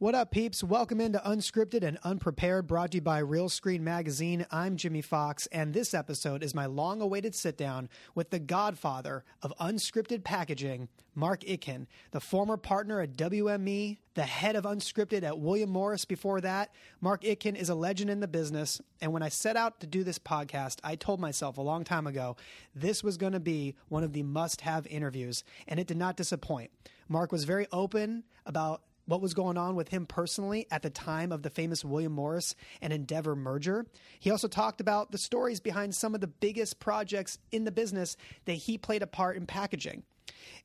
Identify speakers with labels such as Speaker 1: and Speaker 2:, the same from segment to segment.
Speaker 1: What up, peeps? Welcome into Unscripted and Unprepared, brought to you by Real Screen Magazine. I'm Jimmy Fox, and this episode is my long awaited sit down with the godfather of unscripted packaging, Mark Itkin, the former partner at WME, the head of unscripted at William Morris before that. Mark Itkin is a legend in the business, and when I set out to do this podcast, I told myself a long time ago this was going to be one of the must have interviews, and it did not disappoint. Mark was very open about what was going on with him personally at the time of the famous William Morris and Endeavor merger. He also talked about the stories behind some of the biggest projects in the business that he played a part in packaging.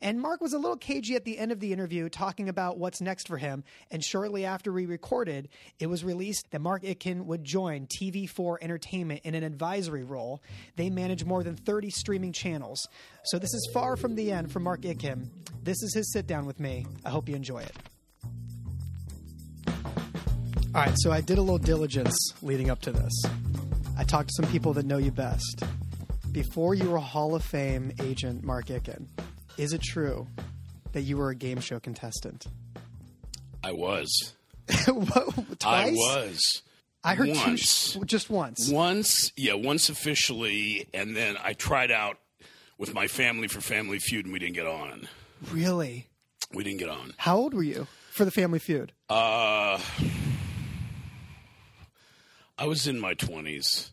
Speaker 1: And Mark was a little cagey at the end of the interview talking about what's next for him. And shortly after we recorded, it was released that Mark Itkin would join TV4 Entertainment in an advisory role. They manage more than 30 streaming channels. So this is far from the end for Mark Itkin. This is his sit down with me. I hope you enjoy it. All right, so I did a little diligence leading up to this. I talked to some people that know you best. Before you were Hall of Fame agent Mark Icken, is it true that you were a game show contestant?
Speaker 2: I was.
Speaker 1: what, twice?
Speaker 2: I was.
Speaker 1: I heard two,
Speaker 2: once.
Speaker 1: sh- just once.
Speaker 2: Once, yeah, once officially, and then I tried out with my family for Family Feud, and we didn't get on.
Speaker 1: Really?
Speaker 2: We didn't get on.
Speaker 1: How old were you for the Family Feud?
Speaker 2: Uh, I was in my twenties.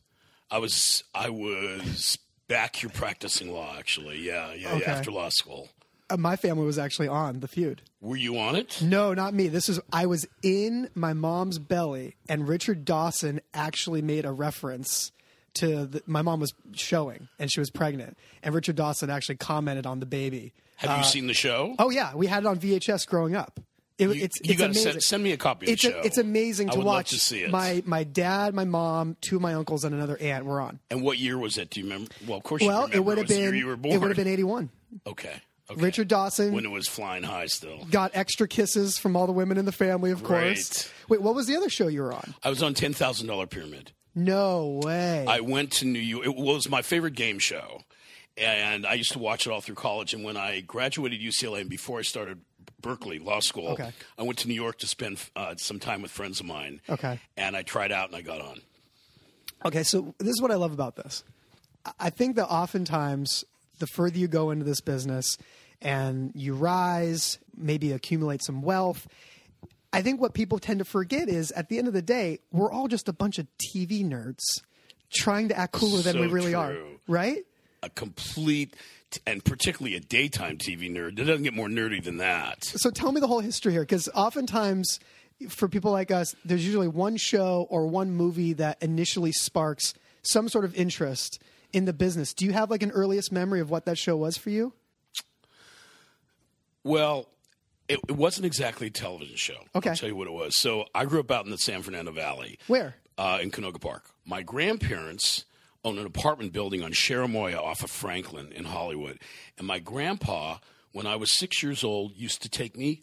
Speaker 2: I was I was back here practicing law, actually. Yeah, yeah,
Speaker 1: Okay.
Speaker 2: yeah. After law school,
Speaker 1: Uh, my family was actually on the feud.
Speaker 2: were you on it?
Speaker 1: No, not me. This is I was in my mom's belly, and Richard Dawson actually made a reference to the, my mom was showing, and she was pregnant, and Richard Dawson actually commented on the baby.
Speaker 2: Have you seen the show?
Speaker 1: Oh yeah, we had it on VHS growing up. It,
Speaker 2: you,
Speaker 1: it's
Speaker 2: you
Speaker 1: it's
Speaker 2: gotta
Speaker 1: amazing.
Speaker 2: send, send me a copy of
Speaker 1: it's,
Speaker 2: the
Speaker 1: a-
Speaker 2: show.
Speaker 1: it's amazing
Speaker 2: I
Speaker 1: to
Speaker 2: would love
Speaker 1: watch.
Speaker 2: to see it.
Speaker 1: My my dad, my mom, two of my uncles, and another aunt were on.
Speaker 2: and what year was it? Do you remember? Well, of course. you
Speaker 1: Well,
Speaker 2: remember.
Speaker 1: it would have
Speaker 2: was the year
Speaker 1: been
Speaker 2: you were born.
Speaker 1: it would have been eighty one.
Speaker 2: Okay. okay.
Speaker 1: Richard Dawson
Speaker 2: when it was flying high still.
Speaker 1: got extra kisses from all the women in the family, of course.
Speaker 2: Right.
Speaker 1: Wait, what was the other show you were on?
Speaker 2: I was on ten thousand dollar pyramid.
Speaker 1: No way.
Speaker 2: I went to New York. It was my favorite game show, and I used to watch it all through college. And when I graduated UCLA and before I started Berkeley Law School,
Speaker 1: Okay.
Speaker 2: I went to New York to spend uh, some time with friends of mine.
Speaker 1: Okay.
Speaker 2: and I tried out and I got on.
Speaker 1: Okay, so this is what I love about this. I- I think that oftentimes the further you go into this business and you rise, maybe accumulate some wealth, I think what people tend to forget is at the end of the day, we're all just a bunch of TV nerds trying to act cooler than
Speaker 2: So
Speaker 1: we really are,
Speaker 2: true.
Speaker 1: right?
Speaker 2: A complete and particularly a daytime TV nerd. It doesn't get more nerdy than that.
Speaker 1: So tell me the whole history here, because oftentimes for people like us, there's usually one show or one movie that initially sparks some sort of interest in the business. Do you have like an earliest memory of what that show was for you?
Speaker 2: Well, it, it wasn't exactly a television show.
Speaker 1: Okay.
Speaker 2: I'll tell you what it was. So I grew up out in the San Fernando Valley.
Speaker 1: Where?
Speaker 2: Uh, in Canoga Park. My grandparents owned an apartment building on Cheramoya off of Franklin in Hollywood. And my grandpa, when I was six years old, used to take me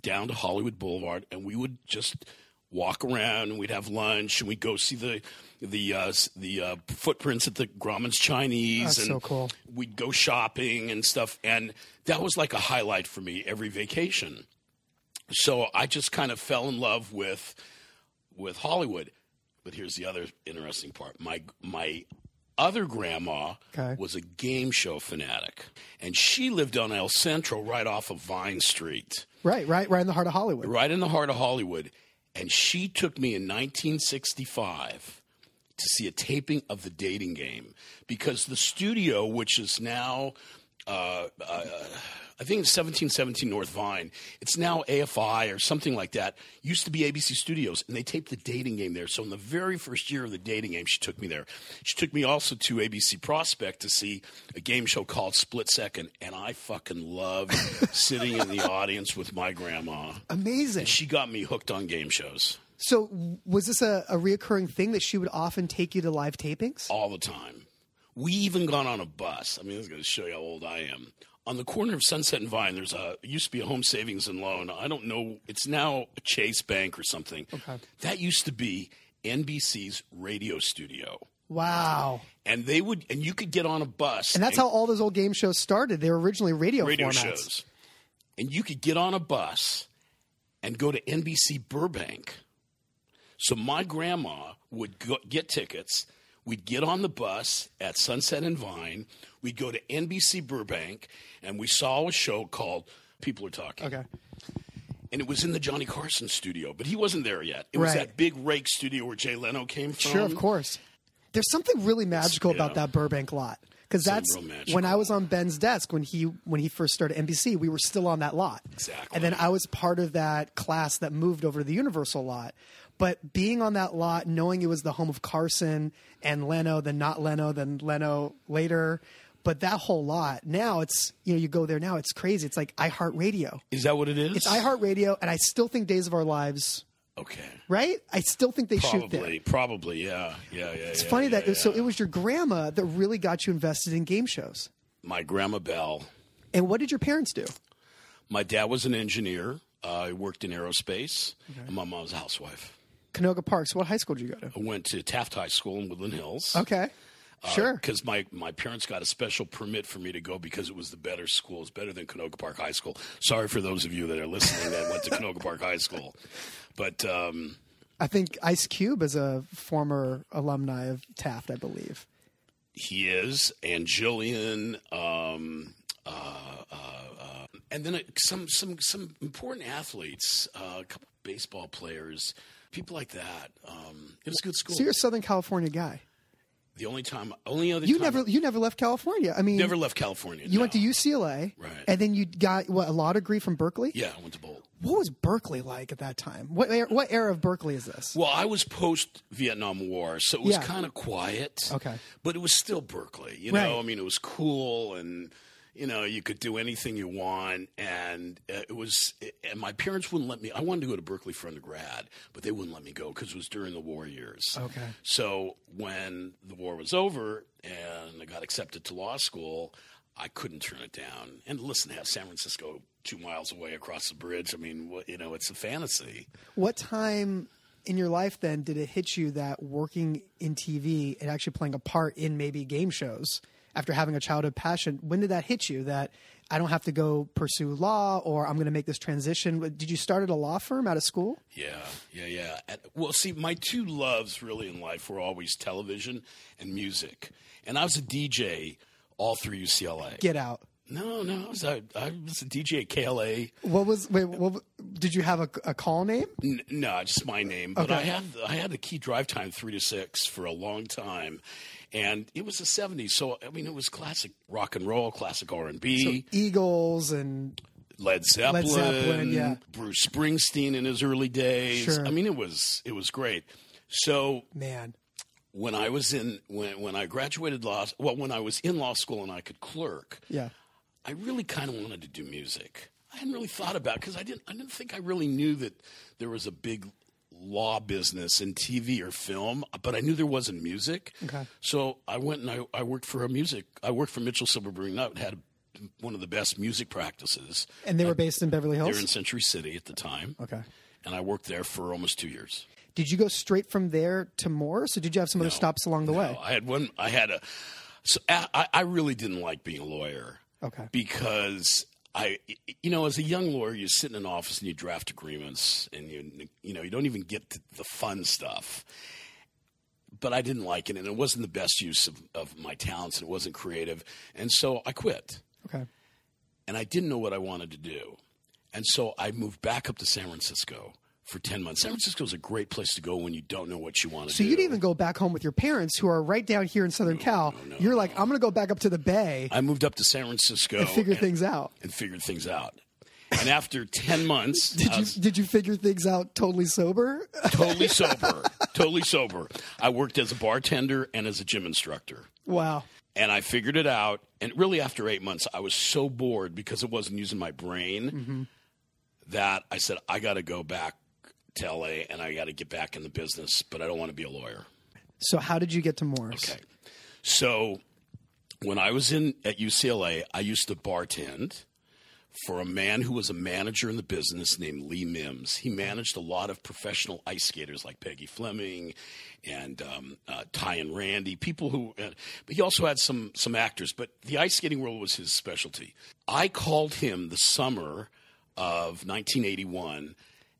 Speaker 2: down to Hollywood Boulevard and we would just walk around and we'd have lunch and we'd go see the the uh, s- the uh, footprints at the Grauman's Chinese
Speaker 1: That's
Speaker 2: and
Speaker 1: so cool.
Speaker 2: we'd go shopping and stuff and that was like a highlight for me every vacation so i just kind of fell in love with with hollywood but here's the other interesting part my my other grandma
Speaker 1: Okay.
Speaker 2: was a game show fanatic and she lived on el centro right off of vine street
Speaker 1: Right, right, right in the heart of Hollywood.
Speaker 2: right in the heart of Hollywood. And she took me in 1965 to see a taping of the dating game because the studio, which is now, uh, uh, I think it's 1717 North Vine, it's now AFI or something like that, used to be ABC Studios, and they taped the dating game there. So in the very first year of the dating game, she took me there. She took me also to ABC Prospect to see a game show called Split Second, and I fucking loved sitting in the audience with my grandma.
Speaker 1: Amazing.
Speaker 2: She got me hooked on game shows
Speaker 1: So w- was this a, a reoccurring thing that she would often take you to live tapings?
Speaker 2: all the time. We even got on a bus. I mean, this is going to show you how old I am. On the corner of Sunset and Vine, there's a it used to be a home savings and loan. I don't know. It's now a Chase Bank or something. Okay. That used to be NBC's radio studio,
Speaker 1: Wow.
Speaker 2: and they would and you could get on a bus.
Speaker 1: And that's how all those old game shows started. They were originally radio,
Speaker 2: radio
Speaker 1: formats.
Speaker 2: shows. And you could get on a bus and go to NBC Burbank. So my grandma would go, get tickets. We'd get on the bus at Sunset and Vine. We'd go to NBC Burbank, and we saw a show called People Are Talking.
Speaker 1: Okay.
Speaker 2: And it was in the Johnny Carson studio, but he wasn't there yet. It was
Speaker 1: Right.
Speaker 2: that big rake studio where Jay Leno came from.
Speaker 1: Sure, of course. There's something really magical about
Speaker 2: Um, yeah.
Speaker 1: that Burbank lot because that's
Speaker 2: real magical.
Speaker 1: when I was on Ben's desk when he when he first started NBC. We were still on that lot,
Speaker 2: Exactly.
Speaker 1: And then I was part of that class that moved over to the Universal lot. But being on that lot, knowing it was the home of Carson and Leno, then not Leno, then Leno later. But that whole lot now, it's you know you go there now, it's crazy. It's like iHeartRadio.
Speaker 2: Is that what it is?
Speaker 1: It's iHeartRadio, and I still think Days of Our Lives.
Speaker 2: Okay.
Speaker 1: Right? I still think they shoot there.
Speaker 2: Probably, probably, yeah, yeah, yeah.
Speaker 1: It's funny that so it was your grandma that really got you invested in game shows.
Speaker 2: my grandma Bell.
Speaker 1: And what did your parents do?
Speaker 2: My dad was an engineer. Uh, he worked in aerospace, and my mom was a housewife.
Speaker 1: Canoga Parks. What high school did you go to?
Speaker 2: I went to Taft High School in Woodland Hills.
Speaker 1: Okay,
Speaker 2: Uh,
Speaker 1: sure.
Speaker 2: Because my, my parents got a special permit for me to go because it was the better school. It's better than Canoga Park High School. Sorry for those of you that are listening that went to Canoga Park High School. But um,
Speaker 1: I think Ice Cube is a former alumni of Taft, I believe.
Speaker 2: he is, and Jillian, um, uh, uh, uh, and then uh, some some some important athletes, uh, a couple baseball players, people like that. Um, it was a good school.
Speaker 1: So you're a Southern California guy.
Speaker 2: The only time, only other
Speaker 1: You
Speaker 2: time,
Speaker 1: never, you never left California. I mean,
Speaker 2: never left California.
Speaker 1: you went to UCLA,
Speaker 2: Right.
Speaker 1: And then you got what a law degree from Berkeley.
Speaker 2: yeah, I went to Bolt.
Speaker 1: What was Berkeley like at that time? What era- what era of Berkeley is this?
Speaker 2: Well, I was post Vietnam War, so it was
Speaker 1: Yeah.
Speaker 2: kind of quiet.
Speaker 1: Okay.
Speaker 2: But it was still Berkeley, you
Speaker 1: Right.
Speaker 2: know? I mean, it was cool and you know, you could do anything you want and uh, it was and my parents wouldn't let me I wanted to go to Berkeley for undergrad, but they wouldn't let me go cuz it was during the war years.
Speaker 1: Okay.
Speaker 2: So when the war was over and I got accepted to law school, I couldn't turn it down. And listen, to have San Francisco 2 miles away across the bridge, I mean, wha- you know, it's a fantasy.
Speaker 1: What time in your life then did it hit you that working in TV and actually playing a part in maybe game shows after having a childhood passion? When did that hit you that I don't have to go pursue law or I'm going to make this transition? Did you start at a law firm out of school?
Speaker 2: Yeah, yeah, yeah. And- Well, see, my two loves really in life were always television and music. And I was a DJ all through UCLA.
Speaker 1: Get out.
Speaker 2: No, no, I was, I, I was a DJ at KLA.
Speaker 1: What was wait? What, did you have a, a call name?
Speaker 2: N- no, just my name. But
Speaker 1: Okay.
Speaker 2: I had I had the key drive time three to six for a long time, and it was the '70s. So I mean, it was classic rock and roll, classic R and B,
Speaker 1: Eagles and
Speaker 2: Led Zeppelin,
Speaker 1: Zeppelin, yeah.
Speaker 2: Bruce Springsteen in his early days.
Speaker 1: Sure.
Speaker 2: I mean, it was it was great. So
Speaker 1: man.
Speaker 2: when I was in when when I graduated law well when I was in law school and I could clerk,
Speaker 1: Yeah.
Speaker 2: I really kind of wanted to do music. I hadn't really thought about because I didn't I didn't think I really knew that there was a big law business in TV or film, but I knew there was in music.
Speaker 1: Okay.
Speaker 2: So I went and I, I worked for a music. I worked for Mitchell Silverberg Nut. Had one of the best music practices.
Speaker 1: And they were based in Beverly
Speaker 2: They were in
Speaker 1: Hills.
Speaker 2: Century City at the time,
Speaker 1: Okay.
Speaker 2: and I worked there for almost two years.
Speaker 1: Did you go straight from there to Morse, or did you have some other stops along the way?
Speaker 2: No, I had one. I had a. So I, I- I really didn't like being a lawyer
Speaker 1: Okay.
Speaker 2: because I, you know, as a young lawyer, you sit in an office and you draft agreements, and you, you know, you don't even get to the fun stuff. But I didn't like it, and it wasn't the best use of, of my talents, and it wasn't creative, and so I quit.
Speaker 1: Okay.
Speaker 2: And I didn't know what I wanted to do, and so I moved back up to San Francisco for ten months. San Francisco is a great place to go when you don't know what you want to
Speaker 1: So
Speaker 2: do.
Speaker 1: you didn't even go back home with your parents, who are right down here in Southern Cal. You're like, I'm going to go back up to the Bay
Speaker 2: I moved up to San Francisco
Speaker 1: and figure
Speaker 2: and-
Speaker 1: things out.
Speaker 2: and figured things out. And after 10 months,
Speaker 1: Did
Speaker 2: I
Speaker 1: you
Speaker 2: was
Speaker 1: did you figure things out totally sober?
Speaker 2: totally sober, totally sober. I worked as a bartender and as a gym instructor.
Speaker 1: wow.
Speaker 2: And I figured it out. And really, after eight months, I was so bored because I wasn't using my brain
Speaker 1: Mm-hmm.
Speaker 2: that I said, I got to go back to LA and I got to get back in the business, but I don't want to be a lawyer.
Speaker 1: So how did you get to Morris?
Speaker 2: Okay. So when I was in at UCLA, I used to bartend for a man who was a manager in the business named Lee Mims. He managed a lot of professional ice skaters like Peggy Fleming and um, uh, Ty and Randy, people who. Uh, but he also had some some actors. But the ice skating world was his specialty. I called him the summer of 1981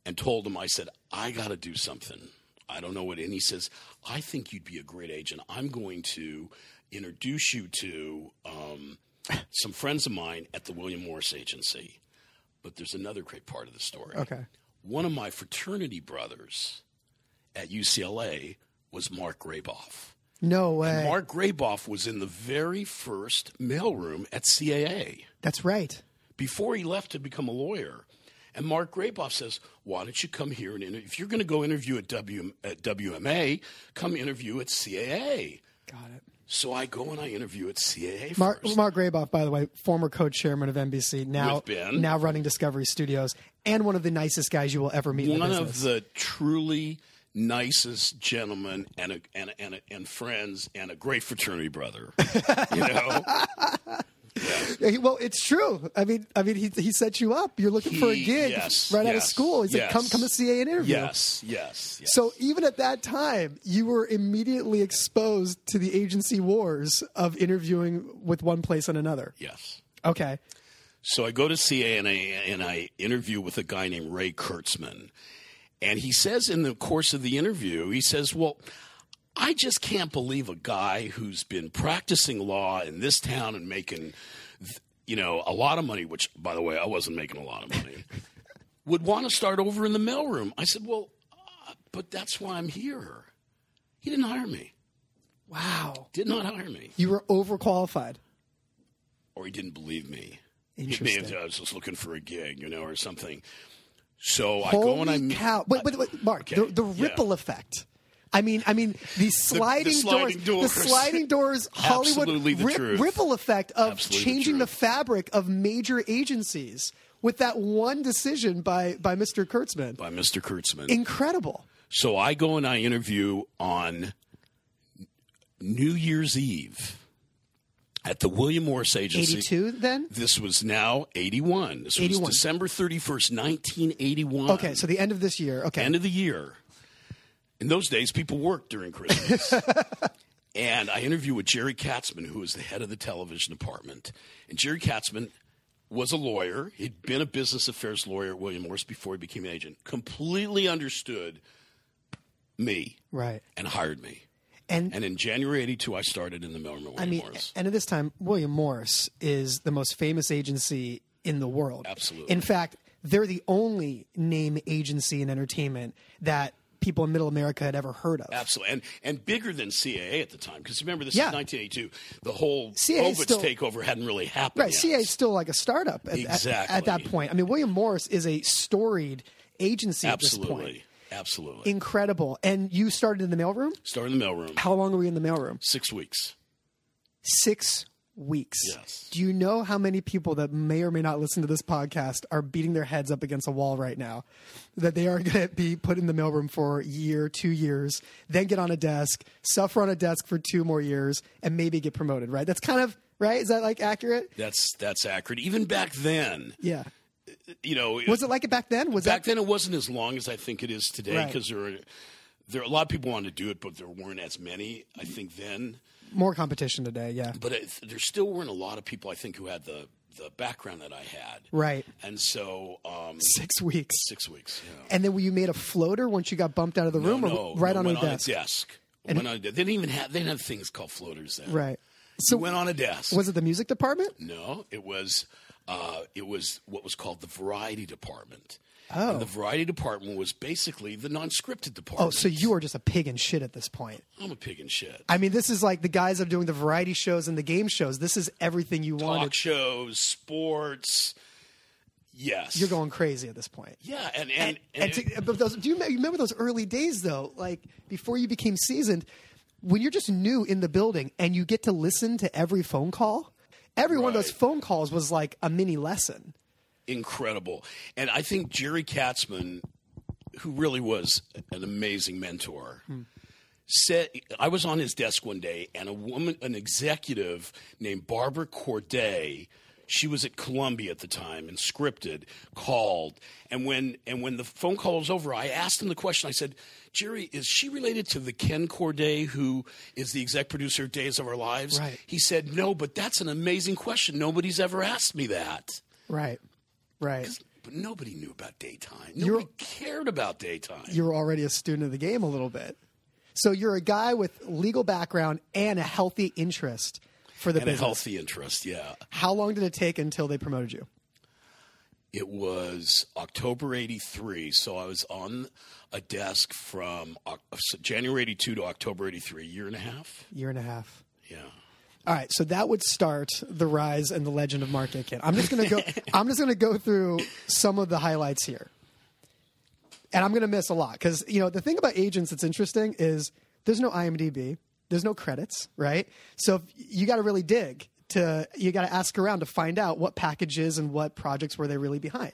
Speaker 2: and told him, I said, I got to do something. I don't know what. And he says, I think you'd be a great agent. I'm going to introduce you to um, some friends of mine at the William Morris Agency. But there's another great part of the story.
Speaker 1: Okay.
Speaker 2: One of my fraternity brothers at UCLA was Mark Raboff.
Speaker 1: No way.
Speaker 2: And Mark Graboff was in the very first mailroom at CAA
Speaker 1: That's right.
Speaker 2: before he left to become a lawyer. And Mark Graboff says, "Why don't you come here and inter- if you're going to go interview at, w- at WMA, come interview at CAA."
Speaker 1: Got it.
Speaker 2: So I go and I interview at CAA
Speaker 1: Mark,
Speaker 2: first.
Speaker 1: Mark Graboff, by the way, former co-chairman of NBC, now
Speaker 2: With Ben.
Speaker 1: now running Discovery Studios, and one of the nicest guys you will ever meet. in the
Speaker 2: One
Speaker 1: business.
Speaker 2: of the truly nicest gentlemen and a, and a, and, a, and friends and a great fraternity brother. you know,
Speaker 1: Yeah, he- well, it's true. I mean, I mean, he, he set you up. You're looking for a
Speaker 2: He-
Speaker 1: gig
Speaker 2: yes,
Speaker 1: right out of
Speaker 2: yes,
Speaker 1: school. He said,
Speaker 2: yes.
Speaker 1: "Come, come to CA and interview."
Speaker 2: yes, yes, yes.
Speaker 1: So even at that time, you were immediately exposed to the agency wars of interviewing with one place and another.
Speaker 2: yes.
Speaker 1: Okay,
Speaker 2: So I go to CA and I, and I interview with a guy named Ray Kurtzman. And he says in the course of the interview, he says, Well, I just can't believe a guy who's been practicing law in this town and making, th- you know, a lot of money, which, by the way, I wasn't making a lot of money, would want to start over in the mailroom. I said, Well, uh, but that's why I'm here. He didn't hire me,
Speaker 1: wow,
Speaker 2: did not hire me,
Speaker 1: you were overqualified.
Speaker 2: or he didn't believe me. He may
Speaker 1: Interesting.
Speaker 2: have said, I was just looking for a gig, you know, or something. So I go and I
Speaker 1: Holy
Speaker 2: meet-
Speaker 1: cow! Wait, wait, wait, Mark.
Speaker 2: Okay,
Speaker 1: The, the
Speaker 2: yeah.
Speaker 1: ripple effect. I mean, I mean, the sliding,
Speaker 2: sliding doors.
Speaker 1: the sliding doors, Hollywood
Speaker 2: Absolutely the
Speaker 1: rip-
Speaker 2: truth.
Speaker 1: ripple effect of
Speaker 2: Absolutely the
Speaker 1: changing the,
Speaker 2: truth.
Speaker 1: fabric of major agencies with that one decision by by Mr. Kurtzman.
Speaker 2: by Mr. Kurtzman.
Speaker 1: Incredible.
Speaker 2: so I go and I interview on New Year's Eve at the William Morris Agency.
Speaker 1: Eighty-two. Then
Speaker 2: This was now 81. This
Speaker 1: 81.
Speaker 2: was December 31st, 1981.
Speaker 1: okay, so the end of this year. Okay,
Speaker 2: end of the year. In those days, people worked during Christmas. and I interviewed with Jerry Katzman, who was the head of the television department. And Jerry Katzman was a lawyer. He'd been a business affairs lawyer at William Morris before he became an agent. Completely understood me
Speaker 1: right,
Speaker 2: and hired me.
Speaker 1: and,
Speaker 2: And in January 82, I started in the mailroom at William
Speaker 1: I mean,
Speaker 2: Morris.
Speaker 1: and at this time, William Morris is the most famous agency in the world.
Speaker 2: Absolutely.
Speaker 1: In fact, they're the only name agency in entertainment that people in Middle America had ever heard of.
Speaker 2: Absolutely, and and bigger than CAA at the time because remember this
Speaker 1: Yeah.
Speaker 2: is 1982. The whole
Speaker 1: CAA
Speaker 2: CAA
Speaker 1: 's still-
Speaker 2: takeover hadn't really happened.
Speaker 1: Right,
Speaker 2: yet.
Speaker 1: CA is still like a startup at, at- at,
Speaker 2: Exactly.
Speaker 1: that point. I mean, William Morris is a storied agency at this point.
Speaker 2: absolutely, absolutely.
Speaker 1: Incredible. And you started in the mailroom?
Speaker 2: Started in the mailroom.
Speaker 1: How long were you in the mailroom?
Speaker 2: Six weeks.
Speaker 1: Six weeks.
Speaker 2: Yes.
Speaker 1: Do you know how many people that may or may not listen to this podcast are beating their heads up against a wall right now? That they are going to be put in the mailroom for a year, two years, then get on a desk, suffer on a desk for two more years, and maybe get promoted, right? That's kind of, right? Is that like accurate?
Speaker 2: That's that's accurate. Even back then,
Speaker 1: Yeah.
Speaker 2: you know,
Speaker 1: Was it like it back then? Was
Speaker 2: back
Speaker 1: that
Speaker 2: then it wasn't as long as I think it is today
Speaker 1: Right.
Speaker 2: because there are there are a lot of people wanted to do it, but there weren't as many. I think then,
Speaker 1: more competition today? Yeah.
Speaker 2: but it, there still weren't a lot of people. I think who had the the background that I had,
Speaker 1: Right.
Speaker 2: and so um,
Speaker 1: Six weeks.
Speaker 2: six weeks. Yeah. Oh,
Speaker 1: And then you made a floater once you got bumped out of the room
Speaker 2: No,
Speaker 1: or right
Speaker 2: no,
Speaker 1: on a
Speaker 2: went on
Speaker 1: desk?
Speaker 2: a desk. Went on a de- They didn't even have they didn't have things called floaters then.
Speaker 1: Right.
Speaker 2: So
Speaker 1: So
Speaker 2: went on a desk.
Speaker 1: was it the music department?
Speaker 2: No, it was uh, it was what was called the variety department.
Speaker 1: Oh.
Speaker 2: And the variety department was basically the non-scripted department.
Speaker 1: Oh, so you are just a pig and shit at this point.
Speaker 2: I'm a pig and shit.
Speaker 1: I mean, this is like the guys that are doing the variety shows and the game shows. This is everything you wanted.
Speaker 2: Talk shows, sports. Yes,
Speaker 1: You're going crazy at this point.
Speaker 2: Yeah, and and, and,
Speaker 1: And to, but those, do you me- you remember those early days though? Like before you became seasoned, when you're just new in the building and you get to listen to every phone call. Every one of those
Speaker 2: Right.
Speaker 1: phone calls was like a mini lesson.
Speaker 2: incredible. And I think Jerry Katzman, who really was an amazing mentor, said I was on his desk one day, and a woman, an executive named Barbara Corday, she was at Columbia at the time and scripted, called, and when and when the phone call was over, I asked him the question. I said, Jerry, is she related to the Ken Corday who is the exec producer of Days of Our Lives?
Speaker 1: Right.
Speaker 2: He said, No, but that's an amazing question. Nobody's ever asked me that.
Speaker 1: Right. Right.
Speaker 2: But nobody knew about daytime. Nobody cared about daytime.
Speaker 1: you were already a student of the game a little bit. So you're a guy with legal background and a healthy interest for the
Speaker 2: And a
Speaker 1: business.
Speaker 2: healthy interest, yeah.
Speaker 1: How long did it take until they promoted you?
Speaker 2: It was October 83. So I was on a desk from Oc- January 82 to October 83, year and a half.
Speaker 1: Year and a half.
Speaker 2: Yeah.
Speaker 1: All right, so that would start the rise and the legend of Mark Aitken. I'm just gonna go. I'm just gonna go through some of the highlights here, and I'm gonna miss a lot because you know the thing about agents that's interesting is there's no IMDb, there's no credits, right? So if- you got to really dig to you got to ask around to find out what packages and what projects were they really behind.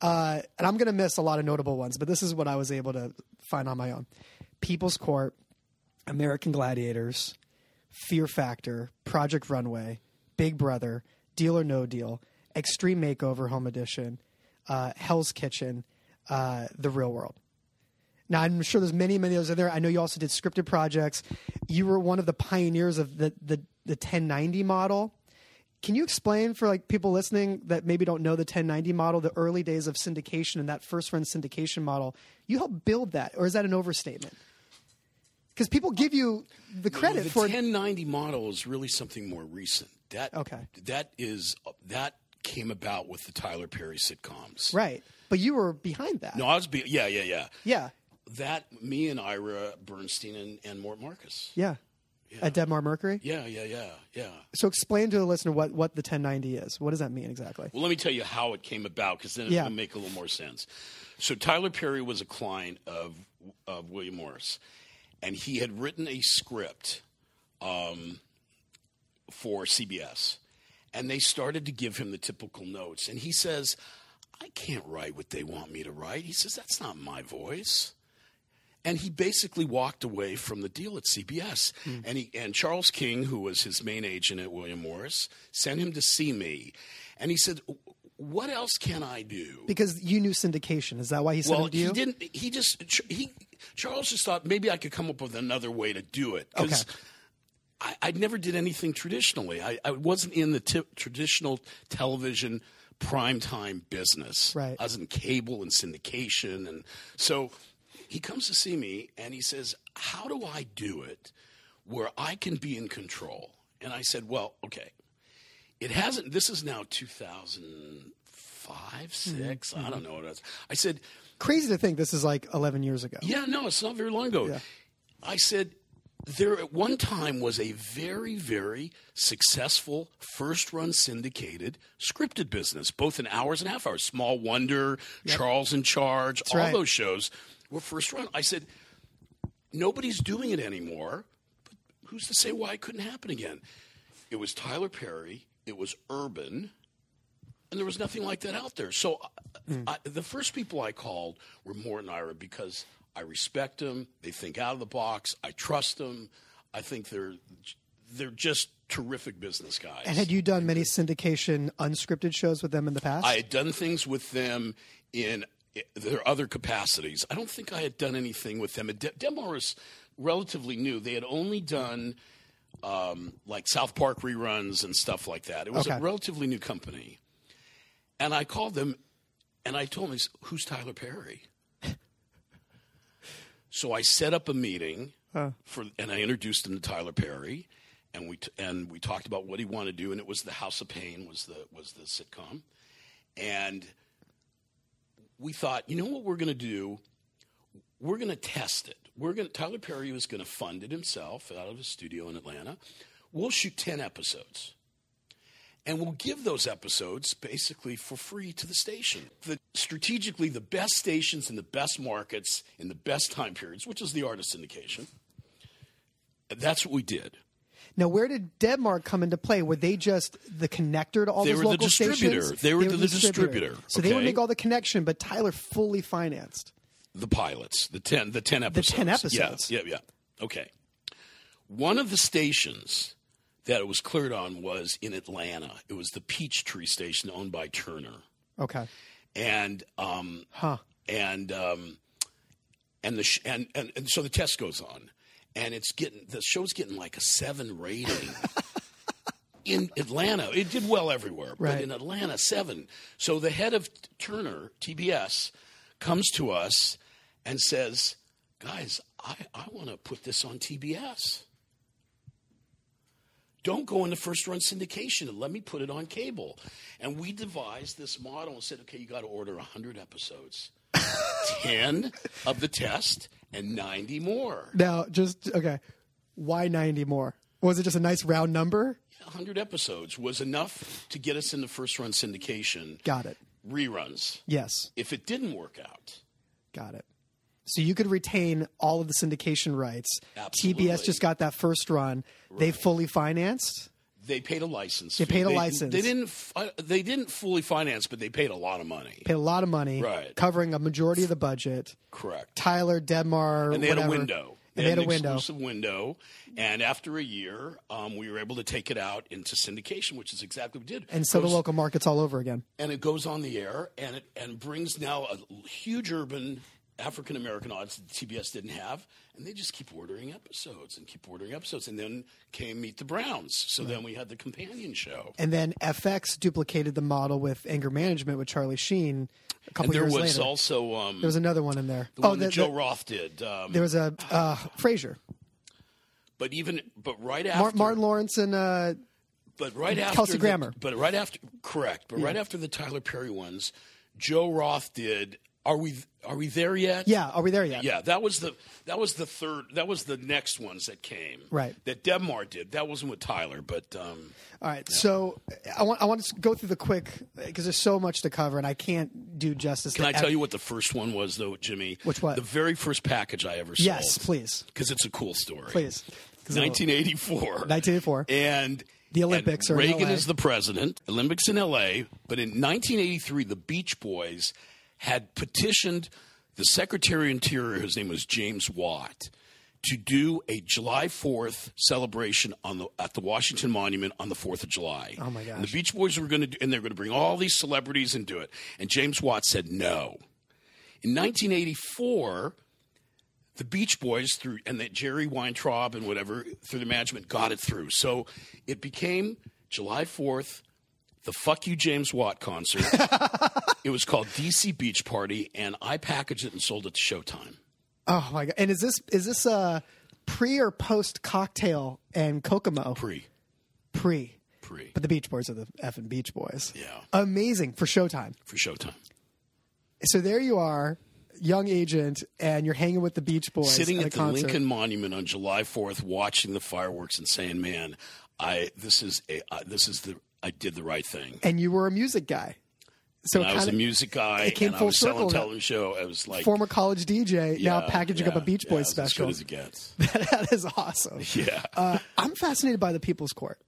Speaker 1: Uh, and I'm gonna miss a lot of notable ones, but this is what I was able to find on my own: People's Court, American Gladiators. Fear Factor, Project Runway, Big Brother, Deal or No Deal, Extreme Makeover Home Edition, uh, Hell's Kitchen, uh, The Real World. Now I'm sure there's many, many others out there. I know you also did scripted projects. You were one of the pioneers of the the, the 1090 model. Can you explain for like people listening that maybe don't know the 1090 model, the early days of syndication and that first run syndication model? You helped build that, or is that an overstatement? Because people give you the credit
Speaker 2: the
Speaker 1: for
Speaker 2: 1090 model is really something more recent. That
Speaker 1: Okay.
Speaker 2: That is that came about with the Tyler Perry sitcoms.
Speaker 1: Right. But you were behind that.
Speaker 2: No, I was be- yeah, yeah, yeah.
Speaker 1: Yeah.
Speaker 2: That me and Ira Bernstein and, and Mort Marcus.
Speaker 1: Yeah. At Denmark Mercury.
Speaker 2: Yeah, yeah, yeah, yeah.
Speaker 1: So explain to the listener what, what the 1090 is. What does that mean exactly?
Speaker 2: Well, let me tell you how it came about because then
Speaker 1: Yeah.
Speaker 2: it'll make a little more sense. So Tyler Perry was a client of of William Morris, and he had written a script um, for CBS, and they started to give him the typical notes, and he says, "I can't write what they want me to write." He says, "That's not my voice." and he basically walked away from the deal at CBS. And he and Charles King, who was his main agent at William Morris, sent him to see me, and he said, "What else can I do?"
Speaker 1: Because you knew syndication. Is that why he sent
Speaker 2: well,
Speaker 1: it to you?
Speaker 2: he didn't. He just he Charles just thought maybe I could come up with another way to do it. 'Cause
Speaker 1: Okay.
Speaker 2: I, I never did anything traditionally. I, I wasn't in the t- traditional television primetime business.
Speaker 1: Right.
Speaker 2: I was in cable and syndication. And so he comes to see me and he says, How do I do it where I can be in control? And I said, Well, okay. It hasn't, this is now 2005, 6,
Speaker 1: Mm-hmm.
Speaker 2: I don't know what it is. I said,
Speaker 1: Crazy to think this is like 11 years ago.
Speaker 2: yeah, no, it's not very long ago. I said there at one time was a very, very successful first run syndicated scripted business, both in hours and half hours. Small Wonder, Charles in Charge, all
Speaker 1: right.
Speaker 2: those shows were first run. I said, nobody's doing it anymore. But who's to say why it couldn't happen again? It was Tyler Perry, it was Urban, and there was nothing like that out there. So I, I, the first people I called were Mort and Ira because I respect them. They think out of the box. I trust them. I think they're they're just terrific business guys.
Speaker 1: And had you done many syndication unscripted shows with them in the past?
Speaker 2: I had done things with them in eh, their other capacities. I don't think I had done anything with them. De- Demar was relatively new. They had only done um, like South Park reruns and stuff like that. It was a
Speaker 1: Okay.
Speaker 2: relatively new company. And I called them and I told them, who's Tyler Perry? so I set up a meeting for, and I introduced him to Tyler Perry, and we t- and we talked about what he wanted to do, and it was the House of Pain was the was the sitcom, and we thought, you know what we're going to do? We're going to test it. We're going to Tyler Perry was going to fund it himself out of his studio in Atlanta. We'll shoot ten episodes and we'll give those episodes basically for free to the station. The, strategically, the best stations in the best markets in the best time periods, which is the artist syndication. That's what we did.
Speaker 1: now, where did Denmark come into play? Were they just the connector to all
Speaker 2: They
Speaker 1: those
Speaker 2: were the
Speaker 1: local
Speaker 2: distributor.
Speaker 1: stations?
Speaker 2: They were the distributor,
Speaker 1: So they would
Speaker 2: okay?
Speaker 1: make all the connection, but Tyler fully financed.
Speaker 2: The pilots, the ten, the ten episodes.
Speaker 1: 10
Speaker 2: Yeah,
Speaker 1: episodes.
Speaker 2: Yeah, yeah, Okay. One of the stations that it was cleared on was in Atlanta. It was the Peachtree station owned by Turner.
Speaker 1: Okay.
Speaker 2: and um, and um, and the sh- and, and and so the test goes on, and it's getting the show's getting like a seven rating, in Atlanta, it did well everywhere,
Speaker 1: Right.
Speaker 2: but in Atlanta, seven. So the head of Turner, TBS, comes to us and says, Guys, I, I want to put this on TBS. Don't go into first run syndication and let me put it on cable. And we devised this model and said, okay, you got to order 100 episodes, 10 of the test, and 90 more.
Speaker 1: Now, just okay. Why ninety more? Was it just a nice round number?
Speaker 2: 100 episodes was enough to get us into first run syndication
Speaker 1: Got it.
Speaker 2: reruns
Speaker 1: Yes,
Speaker 2: if it didn't work out.
Speaker 1: got it. So you could retain all of the syndication rights. TBS
Speaker 2: Absolutely.
Speaker 1: just got that first run. They fully financed.
Speaker 2: They paid a license.
Speaker 1: They
Speaker 2: fee.
Speaker 1: paid a license.
Speaker 2: They didn't. fi- They didn't fully finance, but they paid a lot of money.
Speaker 1: paid a lot of money,
Speaker 2: Right.
Speaker 1: covering a majority of the budget.
Speaker 2: Correct.
Speaker 1: Tyler, Demar,
Speaker 2: And they had
Speaker 1: whatever.
Speaker 2: a window.
Speaker 1: And they had a
Speaker 2: an
Speaker 1: window.
Speaker 2: exclusive window. And after a year, um, we were able to take it out into syndication, which is exactly what we did.
Speaker 1: And so the
Speaker 2: Goes-
Speaker 1: local markets all over again.
Speaker 2: and it goes on the air and it and brings now a huge urban African American audience that TBS didn't have, and they just keep ordering episodes and keep ordering episodes, and then came Meet the Browns. So then we had the companion show.
Speaker 1: And then FX duplicated the model with anger management with Charlie Sheen a couple
Speaker 2: And there
Speaker 1: years
Speaker 2: was
Speaker 1: later.
Speaker 2: also um,
Speaker 1: there was another one in there. Oh,
Speaker 2: the one
Speaker 1: the-
Speaker 2: that Joe
Speaker 1: the-
Speaker 2: Roth did, um,
Speaker 1: there was a uh, Frasier.
Speaker 2: but even but right
Speaker 1: Mar-
Speaker 2: after
Speaker 1: Martin Lawrence and uh,
Speaker 2: but right after
Speaker 1: Kelsey
Speaker 2: the-
Speaker 1: Grammer.
Speaker 2: But right after, correct. But right after the Tyler Perry ones, Joe Roth did. Are we are we there yet?
Speaker 1: yeah, are we there yet?
Speaker 2: Yeah, that was the that was the third that was the next ones that came.
Speaker 1: Right.
Speaker 2: That Debmar did. That wasn't with Tyler, but um,
Speaker 1: All right. So I want I want to go through the quick because there's so much to cover and I can't do justice.
Speaker 2: can
Speaker 1: to
Speaker 2: I
Speaker 1: ev-
Speaker 2: tell you what the first one was though, Jimmy?
Speaker 1: Which what?
Speaker 2: The very first package I ever sold.
Speaker 1: Yes, please,
Speaker 2: Because it's a cool story.
Speaker 1: please. 'Cause it'll-
Speaker 2: 1984.
Speaker 1: 1984.
Speaker 2: And
Speaker 1: The Olympics
Speaker 2: and
Speaker 1: are in
Speaker 2: Reagan
Speaker 1: LA.
Speaker 2: is the president. Olympics in L.A. But in 1983, the Beach Boys had petitioned the Secretary of Interior, whose name was James Watt, to do a July 4th celebration on the at the Washington Monument on the 4th of July.
Speaker 1: Oh, my gosh.
Speaker 2: And the Beach Boys were going to, and they're going to bring all these celebrities and do it. And James Watt said no. In 1984 the Beach Boys through and that Jerry Weintraub and whatever through the management got it through. So it became July 4th, the Fuck You James Watt concert. it was called DC Beach Party, and I packaged it and sold it to Showtime.
Speaker 1: Oh my god! And is this is this uh, pre or post cocktail and Kokomo?
Speaker 2: Pre,
Speaker 1: Pre.
Speaker 2: pre,
Speaker 1: But the Beach Boys are the effing Beach Boys.
Speaker 2: yeah,
Speaker 1: Amazing for Showtime.
Speaker 2: for Showtime.
Speaker 1: So there you are, young agent, and you're hanging with the Beach Boys
Speaker 2: Sitting
Speaker 1: at,
Speaker 2: at,
Speaker 1: a
Speaker 2: the
Speaker 1: concert.
Speaker 2: Lincoln Monument on July 4th, watching the fireworks and saying, "Man, I this is a uh, this is the I did the right thing."
Speaker 1: and you were a music guy. So
Speaker 2: And I was
Speaker 1: kind
Speaker 2: a
Speaker 1: of
Speaker 2: music guy,
Speaker 1: it came
Speaker 2: and I
Speaker 1: full
Speaker 2: was selling
Speaker 1: circle that-
Speaker 2: television show. I was like,
Speaker 1: former college DJ, now
Speaker 2: Yeah,
Speaker 1: packaging
Speaker 2: yeah,
Speaker 1: up a Beach
Speaker 2: yeah,
Speaker 1: Boys
Speaker 2: it's
Speaker 1: special.
Speaker 2: As good as it gets.
Speaker 1: that is awesome.
Speaker 2: Yeah.
Speaker 1: Uh, I'm fascinated by the People's Court.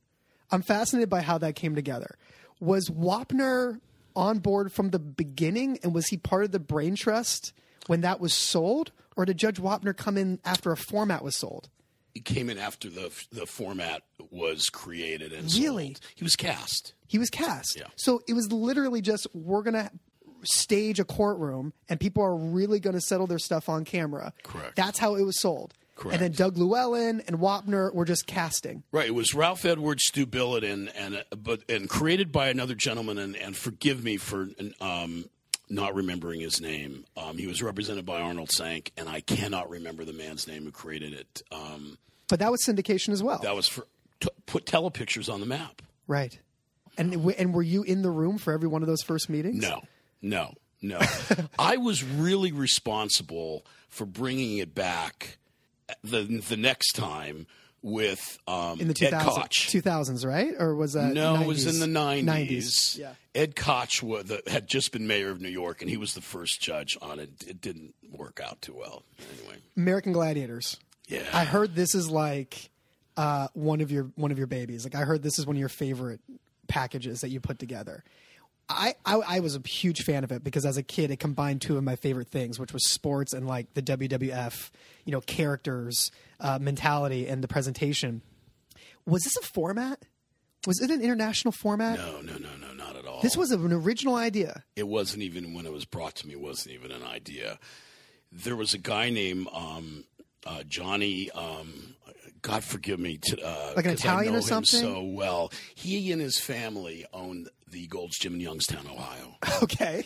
Speaker 1: I'm fascinated by how that came together. Was Wapner on board from the beginning, and was he part of the brain trust when that was sold, or did Judge Wapner come in after a format was sold?
Speaker 2: It came in after the the format was created and
Speaker 1: Really?
Speaker 2: sold. He was cast.
Speaker 1: He was cast, so it was literally just we're gonna stage a courtroom, and people are really gonna settle their stuff on camera.
Speaker 2: Correct.
Speaker 1: That's how it was sold. And then Doug Llewellyn and Wapner were just casting.
Speaker 2: Right. It was Ralph Edwards, Stu Billett, and and uh, but and created by another gentleman. And, and forgive me for um, not remembering his name. Um, he was represented by Arnold Sank, and I cannot remember the man's name who created it. Um,
Speaker 1: But that was syndication as well.
Speaker 2: that was for t- put telepictures on the map.
Speaker 1: Right. And w- and were you in the room for every one of those first meetings?
Speaker 2: No, no, no. I was really responsible for bringing it back the the next time with um,
Speaker 1: In the
Speaker 2: Ed
Speaker 1: 2000,
Speaker 2: Koch.
Speaker 1: 2000s, right? Or was that
Speaker 2: No,
Speaker 1: 90s?
Speaker 2: it was in the 90s.
Speaker 1: 90s. Yeah.
Speaker 2: Ed Koch wa the, had just been mayor of New York, and he was the first judge on it. It didn't work out too well. Anyway,
Speaker 1: American Gladiators.
Speaker 2: yeah.
Speaker 1: I heard this is like uh, one of your one of your babies. Like I heard this is one of your favorite packages that you put together. I, I I was a huge fan of it because as a kid it combined two of my favorite things, which was sports and like the WWF, you know, characters, uh, mentality, and the presentation. Was this a format? Was it an international format?
Speaker 2: no, no, no, no, not at all.
Speaker 1: This was an original idea.
Speaker 2: it wasn't even when it was brought to me. It wasn't even an idea. There was a guy named um, uh, Johnny. Um, God forgive me, to, uh,
Speaker 1: Like an
Speaker 2: 'cause
Speaker 1: Italian
Speaker 2: I know
Speaker 1: or something?
Speaker 2: Him so well, he and his family owned the Gold's Gym in Youngstown, Ohio,
Speaker 1: Okay.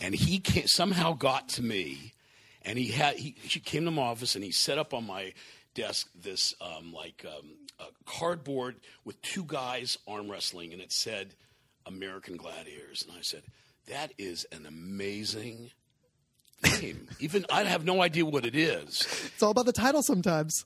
Speaker 2: and he ca somehow got to me, and he had he, he came to my office and he set up on my desk this um, like um, a cardboard with two guys arm wrestling, and it said American Gladiators, and I said that is an amazing. Name. Even I have no idea what it is.
Speaker 1: It's all about the title sometimes.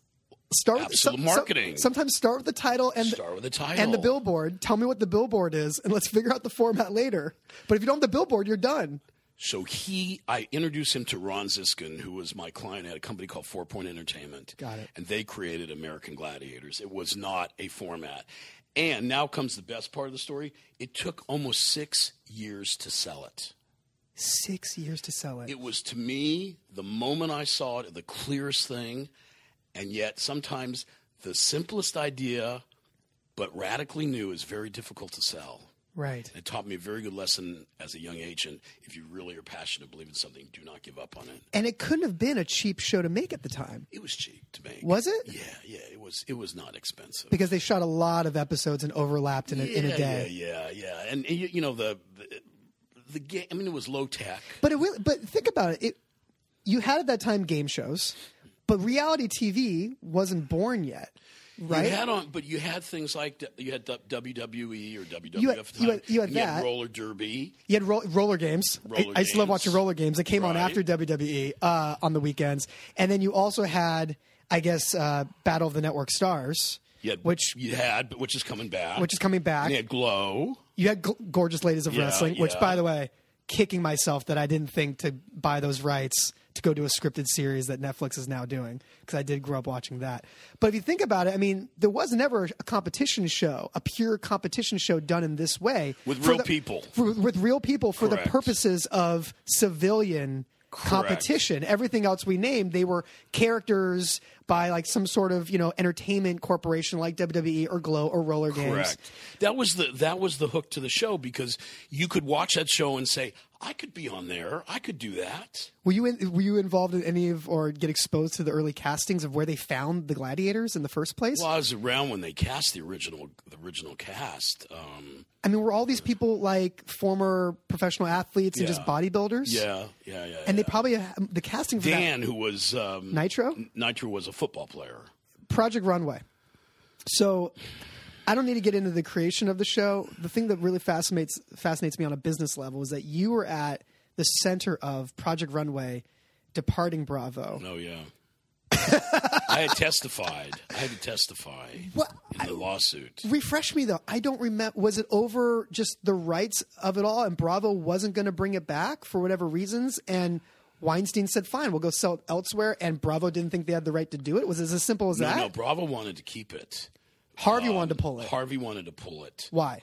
Speaker 1: Start with-
Speaker 2: Absolute marketing.
Speaker 1: sometimes start with the title and
Speaker 2: Start with the title
Speaker 1: and the billboard. Tell me what the billboard is, and let's figure out the format later. But if you don't have the billboard, you're done.
Speaker 2: So he, I introduced him to Ron Ziskin, who was my client at a company called Four Point Entertainment.
Speaker 1: Got it.
Speaker 2: And they created American Gladiators. It was not a format. And now comes the best part of the story. It took almost six years to sell it.
Speaker 1: Six years to sell it.
Speaker 2: It was to me the moment I saw it, the clearest thing. And yet, sometimes the simplest idea, but radically new, is very difficult to sell.
Speaker 1: right.
Speaker 2: It taught me a very good lesson as a young agent. If you really are passionate, believe in something, do not give up on it.
Speaker 1: And it couldn't have been a cheap show to make at the time,
Speaker 2: It was cheap to make.
Speaker 1: was it?
Speaker 2: Yeah, yeah. It was. It was not expensive.
Speaker 1: Because they shot a lot of episodes and overlapped in a, in a
Speaker 2: yeah,
Speaker 1: day.
Speaker 2: yeah, yeah, yeah. And, and you, you know the the, the game. I mean, it was low tech.
Speaker 1: But it really, but think about it. it. You had at that time game shows, but reality TV wasn't born yet,
Speaker 2: You
Speaker 1: right?
Speaker 2: had on, but you had things like d- you had d- WWE E or WWF.
Speaker 1: You had-
Speaker 2: at the
Speaker 1: you had-
Speaker 2: time,
Speaker 1: you had
Speaker 2: and
Speaker 1: that.
Speaker 2: roller derby.
Speaker 1: You had ro- roller games. I-
Speaker 2: Roller
Speaker 1: I, used to love
Speaker 2: games.
Speaker 1: watching roller games. It came on
Speaker 2: Right.
Speaker 1: after WWE uh, on the weekends, and then you also had, I guess, uh, Battle of the Network Stars,
Speaker 2: You had,
Speaker 1: which
Speaker 2: you had, but which is coming back.
Speaker 1: which is coming back.
Speaker 2: And you had Glow.
Speaker 1: You had G- Gorgeous Ladies of
Speaker 2: Yeah,
Speaker 1: Wrestling, which,
Speaker 2: yeah.
Speaker 1: by the way, kicking myself that I didn't think to buy those rights to go do a scripted series that Netflix is now doing because I did grow up watching that. But if you think about it, I mean, there was never a competition show, a pure competition show done in this way
Speaker 2: With
Speaker 1: for
Speaker 2: real people.
Speaker 1: for- with real people for the
Speaker 2: Correct.
Speaker 1: purposes of civilian. Competition. Everything else we named, they were characters by like some sort of you know entertainment corporation like WWE or Glow or Roller Games.
Speaker 2: Correct. That was the that was the hook to the show because you could watch that show and say, I could be on there. I could do that.
Speaker 1: Were you in, were you involved in any of or get exposed to the early castings of where they found the gladiators in the first place?
Speaker 2: Well, I was around when they cast the original the original cast. Um,
Speaker 1: I mean, were all these people like former professional athletes and
Speaker 2: Yeah.
Speaker 1: just bodybuilders?
Speaker 2: yeah, yeah, yeah.
Speaker 1: And they
Speaker 2: yeah.
Speaker 1: probably um, the casting for
Speaker 2: Dan, who was um,
Speaker 1: that Nitro
Speaker 2: Nitro, was a football player.
Speaker 1: Project Runway. So I don't need to get into the creation of the show. The thing that really fascinates fascinates me on a business level is that you were at the center of Project Runway departing Bravo.
Speaker 2: Oh yeah. I had testified. I had to testify
Speaker 1: What-
Speaker 2: in the lawsuit.
Speaker 1: refresh me though. I don't remember. Was it over just the rights of it all, and Bravo wasn't going to bring it back for whatever reasons, and Weinstein said, "Fine, we'll go sell it elsewhere," and Bravo didn't think they had the right to do it. Was it as simple as
Speaker 2: No,
Speaker 1: that?
Speaker 2: no, Um, Bravo wanted to keep it.
Speaker 1: Harvey wanted to pull it.
Speaker 2: Harvey wanted to pull it.
Speaker 1: Why?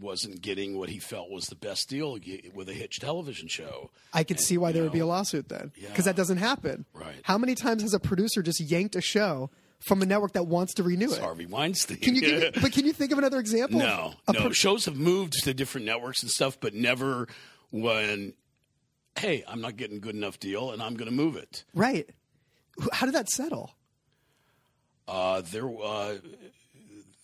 Speaker 2: Wasn't getting what he felt was the best deal with a Hitch television show.
Speaker 1: I could see why there would be a lawsuit then, because that doesn't happen.
Speaker 2: Right.
Speaker 1: How many times has a producer just yanked a show from a network that wants to renew it?
Speaker 2: Harvey Weinstein.
Speaker 1: Can you give me, but can you think of another example?
Speaker 2: No,
Speaker 1: A
Speaker 2: no.
Speaker 1: pro-
Speaker 2: Shows have moved to different networks and stuff, but never when. Hey, I'm not getting a good enough deal, and I'm going to move it.
Speaker 1: right. Who- How did that settle?
Speaker 2: Uh, there, uh,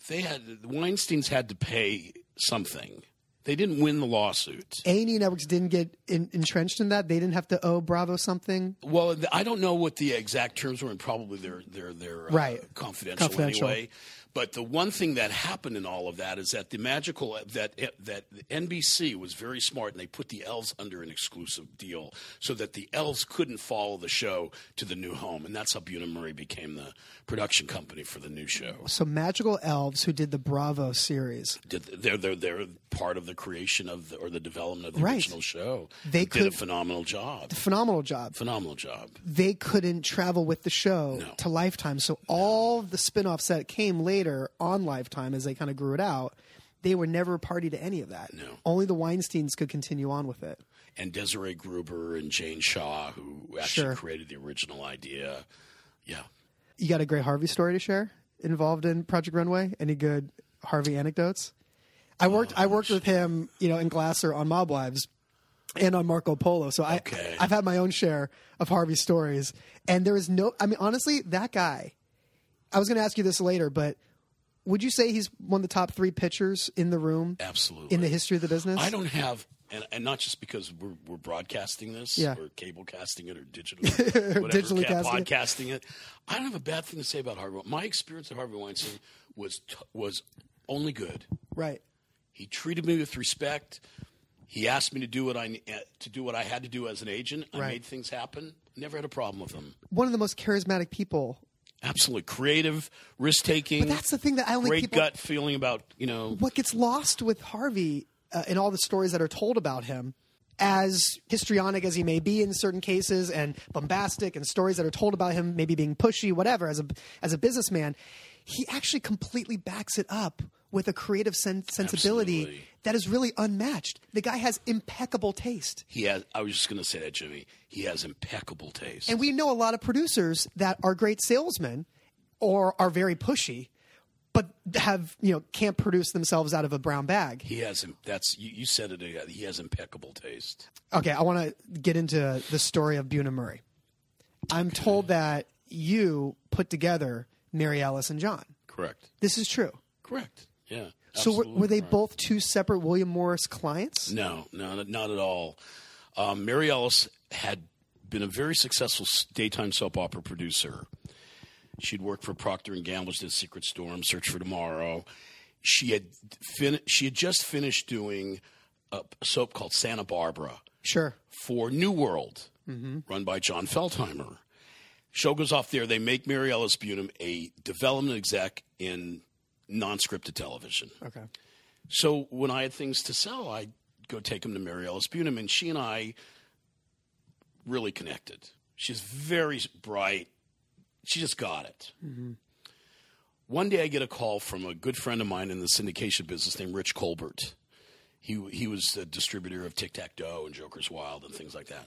Speaker 2: they had the Weinstein's had to pay something. They didn't win the lawsuit.
Speaker 1: A and E networks didn't get in, entrenched in that. They didn't have to owe Bravo something.
Speaker 2: Well, th- I don't know what the exact terms were, and probably they're they're they're uh,
Speaker 1: Right.
Speaker 2: confidential,
Speaker 1: Confidential.
Speaker 2: anyway. But the one thing that happened in all of that is that the magical that eh, that NBC was very smart, and they put the elves under an exclusive deal so that the elves couldn't follow the show to the new home, and that's how Buna Murray became the production company for the new show.
Speaker 1: So magical elves who did the Bravo series.
Speaker 2: Did- They're they're they're part of the creation of the, or the development of the
Speaker 1: Right.
Speaker 2: original show.
Speaker 1: They
Speaker 2: did a
Speaker 1: could-
Speaker 2: phenomenal job.
Speaker 1: Phenomenal job.
Speaker 2: Phenomenal job.
Speaker 1: They couldn't travel with the show to Lifetime, so all the spin-offs that came later on Lifetime as they kind of grew it out, they were never party to any of that. No. Only the Weinsteins could continue on with it.
Speaker 2: and Desiree Gruber and Jane Shaw, who actually
Speaker 1: Sure.
Speaker 2: created the original idea. Yeah.
Speaker 1: You got a great Harvey story to share involved in Project Runway? Any good Harvey anecdotes? I worked I worked with him, you know, in Glasser on Mob Wives and on Marco Polo. So I
Speaker 2: Okay.
Speaker 1: I've had my own share of Harvey stories and there is no I mean honestly, that guy I was going to ask you this later, but would you say he's one of the top three pitchers in the room
Speaker 2: Absolutely.
Speaker 1: in the history of the business?
Speaker 2: I don't have, and, and not just because we're, we're broadcasting this
Speaker 1: Yeah.
Speaker 2: or cable casting it or digitally, whatever,
Speaker 1: Digitally
Speaker 2: ca-
Speaker 1: casting
Speaker 2: podcasting it. I don't have a bad thing to say about Harvey. My experience at Harvey Weinstein was t- was only good.
Speaker 1: Right.
Speaker 2: He treated me with respect. He asked me to do what I eh, to do what I had to do as an agent. I
Speaker 1: Right.
Speaker 2: made things happen. Never had a problem with him.
Speaker 1: One of the most charismatic people.
Speaker 2: Absolutely creative, risk taking.
Speaker 1: That's the thing that I don't
Speaker 2: Great
Speaker 1: think people.
Speaker 2: gut feeling about you know
Speaker 1: What gets lost with Harvey uh, in all the stories that are told about him, as histrionic as he may be in certain cases, and bombastic, and stories that are told about him maybe being pushy, whatever, as a as a businessman, he actually completely backs it up with a creative sen- sensibility
Speaker 2: Absolutely.
Speaker 1: that is really unmatched. The guy has impeccable taste.
Speaker 2: he has. I was just going to say that Jimmy. He has impeccable taste.
Speaker 1: And we know a lot of producers that are great salesmen or are very pushy, but have you know can't produce themselves out of a brown bag.
Speaker 2: He has. im- That's you, you said it. uh, He has impeccable taste.
Speaker 1: Okay, I want to get into the story of Buna Murray. I'm told that you put together Mary Alice and John.
Speaker 2: Correct.
Speaker 1: This is true.
Speaker 2: Correct. Yeah.
Speaker 1: so
Speaker 2: absolutely
Speaker 1: were, were they
Speaker 2: correct.
Speaker 1: both two separate William Morris clients?
Speaker 2: No, no, not- not at all. Um, Mary Ellis had been a very successful s- daytime soap opera producer. She'd worked for Procter and Gamble, she did Secret Storm, Search for Tomorrow. She had fin- she had just finished doing a p- soap called Santa Barbara
Speaker 1: Sure.
Speaker 2: for New World, run by John Feltheimer. Show goes off there. They make Mary Ellis Bunham a development exec in non-scripted television.
Speaker 1: Okay.
Speaker 2: So when I had things to sell, I'd go take them to Mary Ellis Bunham, and she and I really connected. She's very bright. She just got it. One day I get a call from a good friend of mine in the syndication business named Rich Colbert. He, he was a distributor of Tic Tac Doe and Joker's Wild and things like that.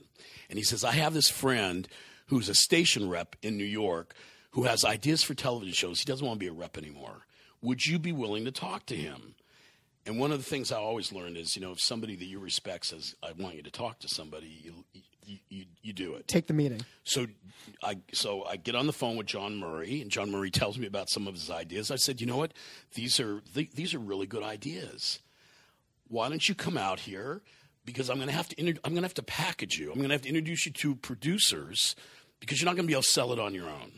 Speaker 2: And he says, I have this friend who's a station rep in New York who has ideas for television shows. He doesn't want to be a rep anymore. Would you be willing to talk to him? And one of the things I always learned is, you know, if somebody that you respect says, "I want you to talk to somebody," you you, you, you do it.
Speaker 1: Take the meeting.
Speaker 2: So I so I get on the phone with John Murray, and John Murray tells me about some of his ideas. I said, you know what, these are th- these are really good ideas. Why don't you come out here? Because I'm going to have to inter- I'm going to have to package you. I'm going to have to introduce you to producers because you're not going to be able to sell it on your own.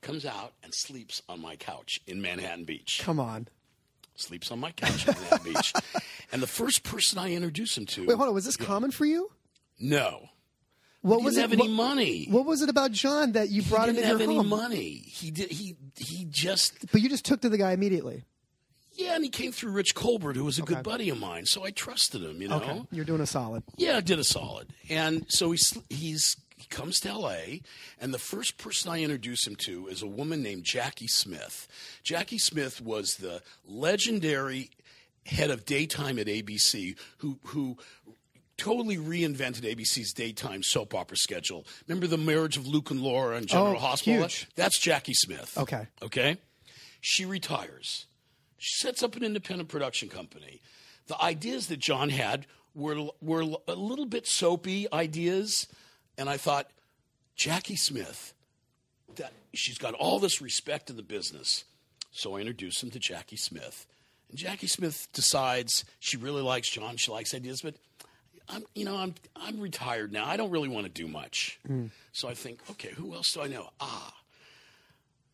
Speaker 2: Comes out and sleeps on my couch in Manhattan Beach
Speaker 1: Come on.
Speaker 2: sleeps on my couch at Manhattan Beach. And the first person I introduced him to,
Speaker 1: Wait, hold on. Was this common for you?
Speaker 2: no,
Speaker 1: What
Speaker 2: he
Speaker 1: was
Speaker 2: didn't
Speaker 1: it?
Speaker 2: have any
Speaker 1: what-
Speaker 2: money.
Speaker 1: What was it about John that you brought
Speaker 2: he
Speaker 1: him
Speaker 2: didn't
Speaker 1: in
Speaker 2: have
Speaker 1: your
Speaker 2: any
Speaker 1: home?
Speaker 2: money. He did. He he just
Speaker 1: But you just took to the guy immediately.
Speaker 2: yeah, and he came through Rich Colbert, who was a good buddy of mine. So I trusted him. You know,
Speaker 1: Okay, you're doing a solid.
Speaker 2: yeah, I did a solid. And so he's he's he comes to L.A. and the first person I introduce him to is a woman named Jackie Smith. Jackie Smith was the legendary head of daytime at ABC who who totally reinvented ABC's daytime soap opera schedule. Remember the marriage of Luke and Laura and General
Speaker 1: Oh,
Speaker 2: Hospital?
Speaker 1: huge.
Speaker 2: That's Jackie Smith.
Speaker 1: Okay.
Speaker 2: Okay. She retires. She sets up an independent production company. The ideas that John had were were a little bit soapy ideas, and I thought Jackie Smith, that she's got all this respect in the business. So I introduce him to Jackie Smith, and Jackie Smith decides she really likes John. She likes ideas, but I'm you know I'm I'm retired now. I don't really want to do much. So I think, okay, who else do I know? Ah,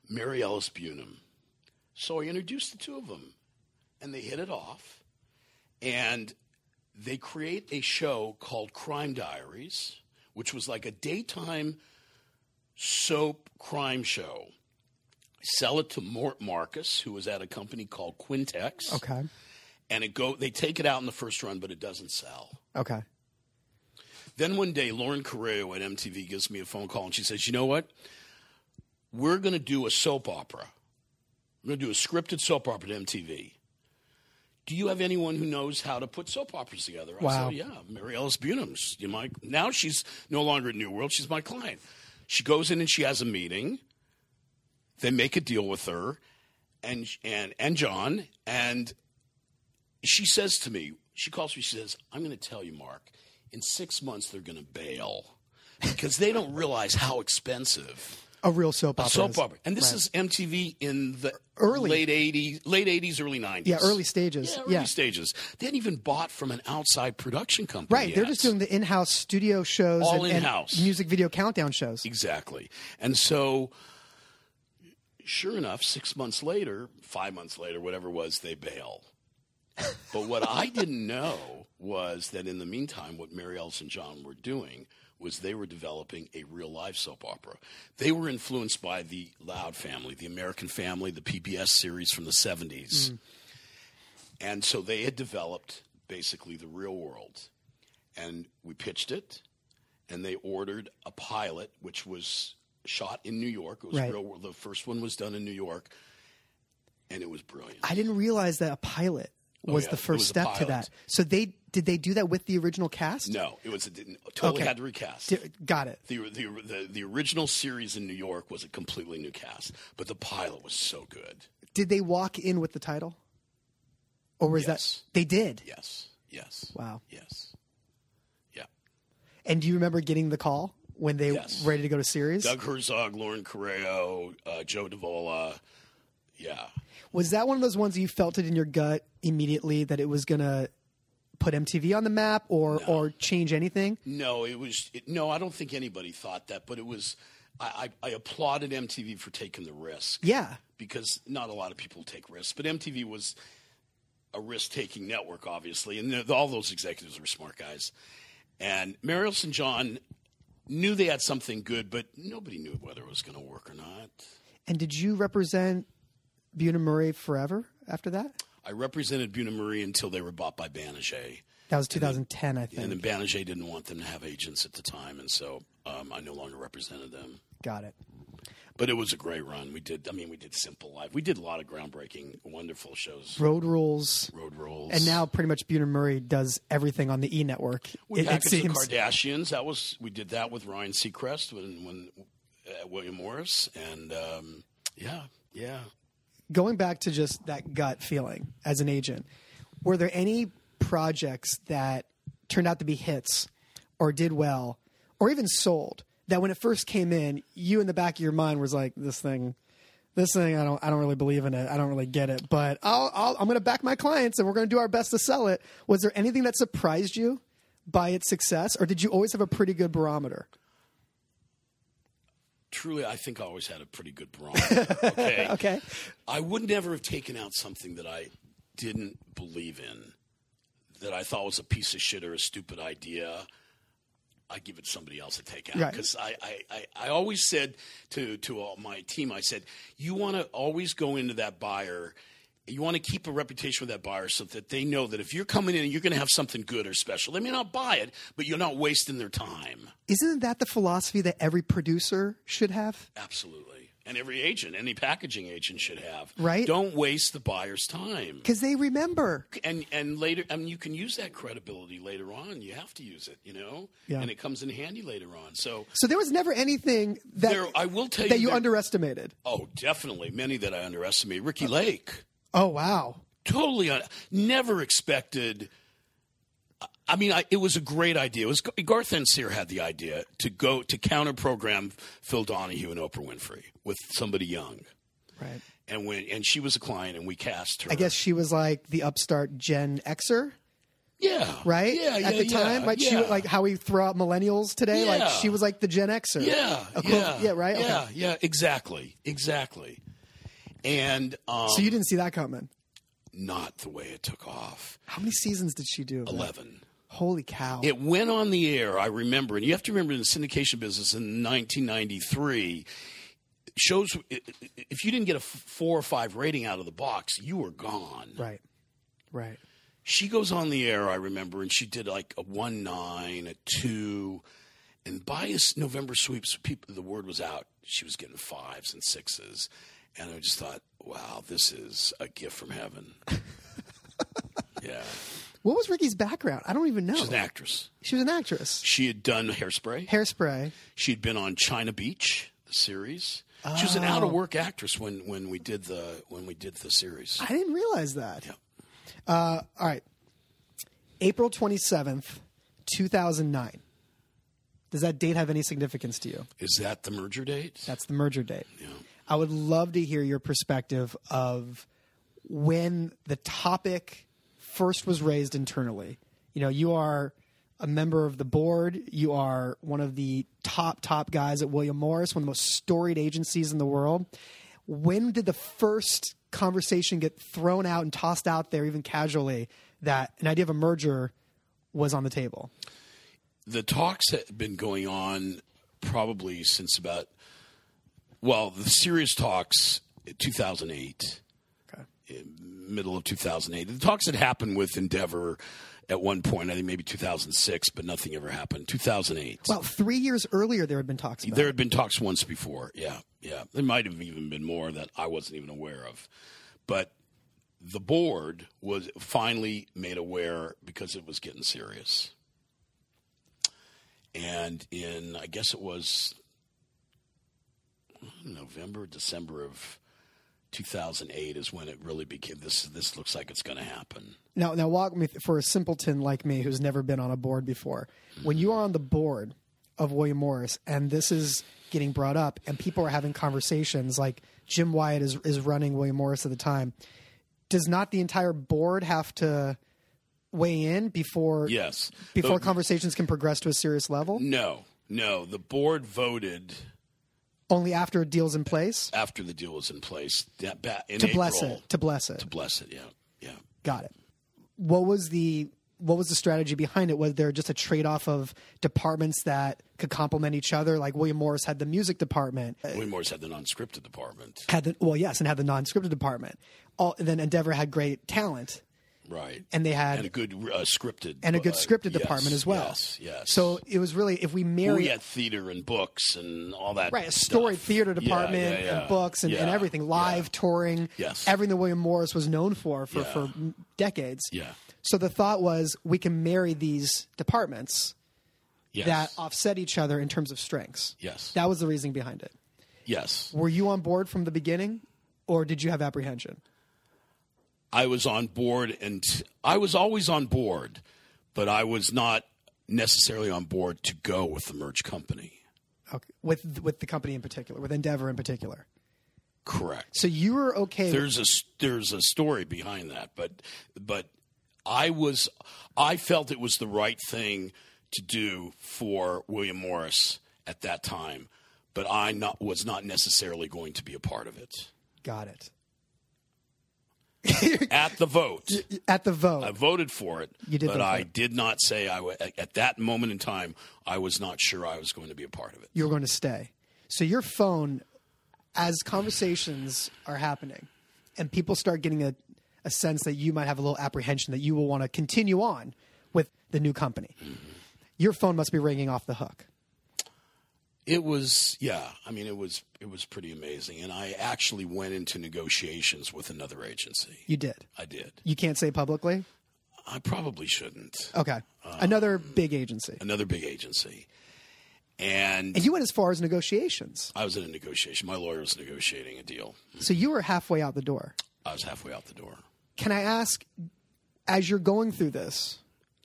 Speaker 2: Mary Ellis Bunham. So I introduced the two of them, and they hit it off. And they create a show called Crime Diaries, which was like a daytime soap crime show. Sell it to Mort Marcus, who was at a company called Quintex,
Speaker 1: Okay,
Speaker 2: and it go. They take it out in the first run, but it doesn't sell.
Speaker 1: okay.
Speaker 2: Then one day, Lauren Correo at MTV gives me a phone call and she says, You know what? We're going to do a soap opera. We're going to do a scripted soap opera at MTV. Do you have anyone who knows how to put soap operas together?
Speaker 1: Wow.
Speaker 2: I said, Yeah, Mary Ellis Bunham's. You my, now she's no longer at New World. She's my client. She goes in and she has a meeting. They make a deal with her and, and, and John, and she says to me, she calls me, she says, I'm going to tell you, Mark, in six months they're going to bail because they don't realize how expensive
Speaker 1: a real soap opera.
Speaker 2: soap
Speaker 1: is.
Speaker 2: opera. And this
Speaker 1: Right.
Speaker 2: is MTV in the
Speaker 1: Early.
Speaker 2: late 80s, late 80s, early 90s.
Speaker 1: yeah, early stages.
Speaker 2: Yeah,
Speaker 1: Yeah,
Speaker 2: early stages. They hadn't even bought from an outside production company.
Speaker 1: right. They're
Speaker 2: yet.
Speaker 1: just doing the in-house studio shows,
Speaker 2: All
Speaker 1: and,
Speaker 2: in-house.
Speaker 1: and music video countdown shows.
Speaker 2: Exactly. And so, sure enough, six months later, five months later, whatever it was, they bail. but what I didn't know was that in the meantime, what Mary Ellis and John were doing was they were developing a real life soap opera. They were influenced by the Loud family, the American family, the PBS series from the 70s. And so they had developed basically the real world. And we pitched it, and they ordered a pilot, which was shot in New York. It was
Speaker 1: Right.
Speaker 2: real, the first one was done in New York, and it was brilliant.
Speaker 1: I didn't realize that a pilot
Speaker 2: Oh,
Speaker 1: was
Speaker 2: yeah,
Speaker 1: the
Speaker 2: it
Speaker 1: first
Speaker 2: was a
Speaker 1: step to
Speaker 2: pilot.
Speaker 1: that. So they did they do that with the original cast?
Speaker 2: no, it was it didn't, totally
Speaker 1: Okay.
Speaker 2: had to recast.
Speaker 1: Di- got it.
Speaker 2: the, the, the, the original series in New York was a completely new cast, but the pilot was so good.
Speaker 1: Did they walk in with the title? Or was
Speaker 2: Yes.
Speaker 1: that they did?
Speaker 2: Yes, yes,
Speaker 1: Wow.
Speaker 2: yes. Yeah.
Speaker 1: And do you remember getting the call when they
Speaker 2: Yes.
Speaker 1: were ready to go to series?
Speaker 2: Doug Herzog, Lauren Correo, uh, Joe Davola. Yeah.
Speaker 1: Was that one of those ones that you felt it in your gut immediately that it was gonna put MTV on the map or or change anything?
Speaker 2: No, it was it, no. I don't think anybody thought that, but it was. I, I, I applauded MTV for taking the risk
Speaker 1: Yeah.
Speaker 2: because not a lot of people take risks, but MTV was a risk-taking network, obviously, and th- all those executives were smart guys. And Merrill St. John knew they had something good, but nobody knew whether it was going to work or not.
Speaker 1: And did you represent Buna Murray forever after that?
Speaker 2: I represented Buna Marie until they were bought by Banijay.
Speaker 1: That was 2010, I
Speaker 2: And
Speaker 1: think.
Speaker 2: then Banijay didn't want them to have agents at the time, and so um, I no longer represented them.
Speaker 1: Got it.
Speaker 2: But it was a great run. We did. I mean, we did Simple Life. We did a lot of groundbreaking, wonderful shows.
Speaker 1: Road rules.
Speaker 2: Road Rules.
Speaker 1: And now pretty much Buna Murray does everything on the E network.
Speaker 2: we
Speaker 1: it, it
Speaker 2: packaged
Speaker 1: seems.
Speaker 2: the Kardashians. That was we did that with Ryan Seacrest when when uh, William Morris and um, yeah yeah.
Speaker 1: Going back to just that gut feeling as an agent, were there any projects that turned out to be hits or did well or even sold that when it first came in, you in the back of your mind was like, this thing. This thing, I don't, I don't really believe in it. I don't really get it, but I'll, I'll, I'm going to back my clients, and we're going to do our best to sell it. Was there anything that surprised you by its success, or did you always have a pretty good barometer?
Speaker 2: Truly, I think I always had a pretty good barometer. Okay.
Speaker 1: Okay,
Speaker 2: I would never have taken out something that I didn't believe in, that I thought was a piece of shit or a stupid idea. I give it to somebody else to take out
Speaker 1: Right.
Speaker 2: because I, I, I, I always said to to all my team, I said, you want to always go into that buyer. You want to keep a reputation with that buyer so that they know that if you're coming in and you're going to have something good or special, they may not buy it, but you're not wasting their time.
Speaker 1: isn't that the philosophy that every producer should have?
Speaker 2: Absolutely. And every agent, any packaging agent should have.
Speaker 1: Right.
Speaker 2: Don't waste the buyer's time.
Speaker 1: Because they remember.
Speaker 2: and and later I mean you can use that credibility later on. You have to use it, you know?
Speaker 1: Yeah.
Speaker 2: And it comes in handy later on. So
Speaker 1: So there was never anything that
Speaker 2: there I will tell
Speaker 1: that
Speaker 2: you
Speaker 1: you
Speaker 2: there-
Speaker 1: underestimated.
Speaker 2: Oh, definitely many that I underestimated.
Speaker 1: Uh.
Speaker 2: Ricky Lake.
Speaker 1: Oh wow!
Speaker 2: Totally un- never expected I mean, I, it was a great idea. It was Garth Enseer had the idea to go to counter program Phil Donahue and Oprah Winfrey with somebody young,
Speaker 1: Right.
Speaker 2: and when and she was a client, and we cast her.
Speaker 1: I guess she was like the upstart Gen Xer,
Speaker 2: yeah,
Speaker 1: right?
Speaker 2: Yeah, yeah
Speaker 1: At the
Speaker 2: yeah,
Speaker 1: time, like she
Speaker 2: yeah.
Speaker 1: was like how we throw out millennials today. Like
Speaker 2: Yeah.
Speaker 1: she was like the Gen Xer.
Speaker 2: Yeah,
Speaker 1: Equiv-
Speaker 2: yeah,
Speaker 1: yeah, right. Okay.
Speaker 2: Yeah, yeah, exactly, exactly. And um,
Speaker 1: So you didn't see that coming.
Speaker 2: not the way it took off.
Speaker 1: How many seasons did she do? of that?
Speaker 2: Eleven.
Speaker 1: Holy cow!
Speaker 2: It went on the air. I remember, and you have to remember, in the syndication business in 1993, shows if you didn't get a f- four or five rating out of the box, you were gone.
Speaker 1: right. Right.
Speaker 2: she goes on the air, I remember, and she did like a one nine, a two, and by his November sweeps, people, the word was out. She was getting fives and sixes, and I just thought, wow, this is a gift from heaven. yeah,
Speaker 1: What was Ricky's background? I don't even know.
Speaker 2: she's an actress.
Speaker 1: she was an actress.
Speaker 2: She had done Hairspray.
Speaker 1: Hairspray.
Speaker 2: She'd been on China Beach, the series. She was an out of work actress when, when we did the when we did the series.
Speaker 1: I didn't realize that.
Speaker 2: Yeah.
Speaker 1: Uh, all right. April 27th, 2009. Does that date have any significance to you?
Speaker 2: Is that the merger date?
Speaker 1: That's the merger date. I would love to hear your perspective of when the topic first was raised internally. You know, you are a member of the board, you are one of the top, top guys at William Morris, one of the most storied agencies in the world. When did the first conversation get thrown out and tossed out there, even casually, that an idea of a merger was on the table?
Speaker 2: the talks had been going on probably since about well the serious talks 2008
Speaker 1: Okay.
Speaker 2: Eh, middle of 2008 the talks had happened with endeavor at one point i think maybe 2006 but nothing ever happened 2008
Speaker 1: About three years earlier, there had been talks about
Speaker 2: there had been talks once before yeah yeah there might have even been more that i wasn't even aware of but the board was finally made aware because it was getting serious and in i guess it was november december of 2008 is when it really became this this looks like it's going to happen
Speaker 1: Now, now walk me th- for a simpleton like me who's never been on a board before. When you are on the board of William Morris, and this is getting brought up, and people are having conversations, like Jim Wyatt is is running William Morris at the time. Does not the entire board have to weigh in before
Speaker 2: yes
Speaker 1: before
Speaker 2: The-
Speaker 1: conversations can progress to a serious level?
Speaker 2: no no the board voted
Speaker 1: Only after a deal's in place
Speaker 2: after the deal was in place that ba- in
Speaker 1: to bless
Speaker 2: April.
Speaker 1: it. To bless it.
Speaker 2: Bless it, yeah, yeah.
Speaker 1: Got it. What was the what was the strategy behind it? Was there just a trade off of departments that could complement each other? Like William Morris had the music department, uh,
Speaker 2: William Morris had the non-scripted department,
Speaker 1: had the well, yes, and had the non scripted department. All, and then Endeavor had great talent,
Speaker 2: right?
Speaker 1: and they had
Speaker 2: And a good uh, scripted
Speaker 1: and a good
Speaker 2: uh,
Speaker 1: scripted
Speaker 2: yes,
Speaker 1: department as well.
Speaker 2: Yes, yes.
Speaker 1: So it was really if we marry
Speaker 2: we had theater and books and all that.
Speaker 1: right a story
Speaker 2: stuff.
Speaker 1: theater
Speaker 2: Yeah,
Speaker 1: department
Speaker 2: yeah, yeah.
Speaker 1: and books and, and
Speaker 2: Yeah,
Speaker 1: everything live touring
Speaker 2: Yes.
Speaker 1: everything that william morris was known for for,
Speaker 2: Yeah.
Speaker 1: for decades
Speaker 2: Yeah.
Speaker 1: so the thought was we can marry these departments
Speaker 2: Yes.
Speaker 1: that offset each other in terms of strengths.
Speaker 2: Yes.
Speaker 1: That was the reasoning behind it.
Speaker 2: yes.
Speaker 1: Were you on board from the beginning or did you have apprehension?
Speaker 2: I was on board, and I was always on board, but I was not necessarily on board to go with the merge company.
Speaker 1: Okay. With with the company in particular, with Endeavor in particular.
Speaker 2: Correct.
Speaker 1: So you were okay with-
Speaker 2: there's a s- there's a story behind that, but but I was I felt it was the right thing to do for William Morris at that time, but I not was not necessarily going to be a part of it
Speaker 1: got it.
Speaker 2: at the vote.
Speaker 1: At the vote.
Speaker 2: I voted for it,
Speaker 1: You did
Speaker 2: but
Speaker 1: vote for
Speaker 2: I
Speaker 1: it.
Speaker 2: did not say I wa- at- at that moment in time I was not sure I was going to be a part of it.
Speaker 1: you're going to stay. So your phone, as conversations are happening, and people start getting a, a sense that you might have a little apprehension that you will want to continue on with the new company. Your phone must be ringing off the hook.
Speaker 2: It was yeah, I mean it was it was pretty amazing, and I actually went into negotiations with another agency.
Speaker 1: You did.
Speaker 2: I did.
Speaker 1: You can't say publicly.
Speaker 2: I probably shouldn't.
Speaker 1: Okay. Another big agency.
Speaker 2: another big agency. And
Speaker 1: And you went as far as negotiations.
Speaker 2: I was in a negotiation. My lawyer was negotiating a deal.
Speaker 1: So you were halfway out the door.
Speaker 2: I was halfway out the door.
Speaker 1: Can I ask, as you're going through this,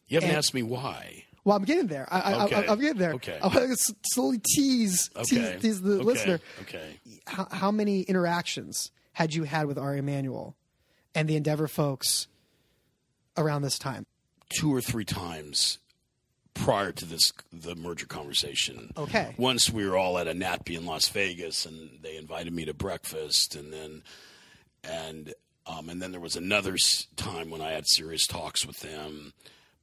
Speaker 2: You haven't asked me why.
Speaker 1: well, I'm getting there. I, I,
Speaker 2: Okay.
Speaker 1: I, am getting there.
Speaker 2: Okay.
Speaker 1: I want to slowly tease,
Speaker 2: Okay.
Speaker 1: tease, tease the
Speaker 2: okay.
Speaker 1: listener.
Speaker 2: Okay.
Speaker 1: How, how many interactions had you had with Ari Emanuel and the Endeavor folks around this time?
Speaker 2: Two or three times prior to this the merger conversation.
Speaker 1: Okay.
Speaker 2: Once we were all at a nappy in Las Vegas and they invited me to breakfast and then and um, and then there was another s- time when I had serious talks with them.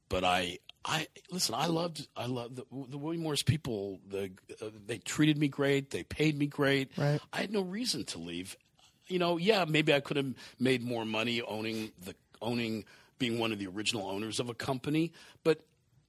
Speaker 2: But I, I listen. I loved, I loved the, the William Morris people. The uh, they treated me great. They paid me great.
Speaker 1: Right.
Speaker 2: I had no reason to leave. You know, yeah, maybe I could have made more money owning the owning being one of the original owners of a company, but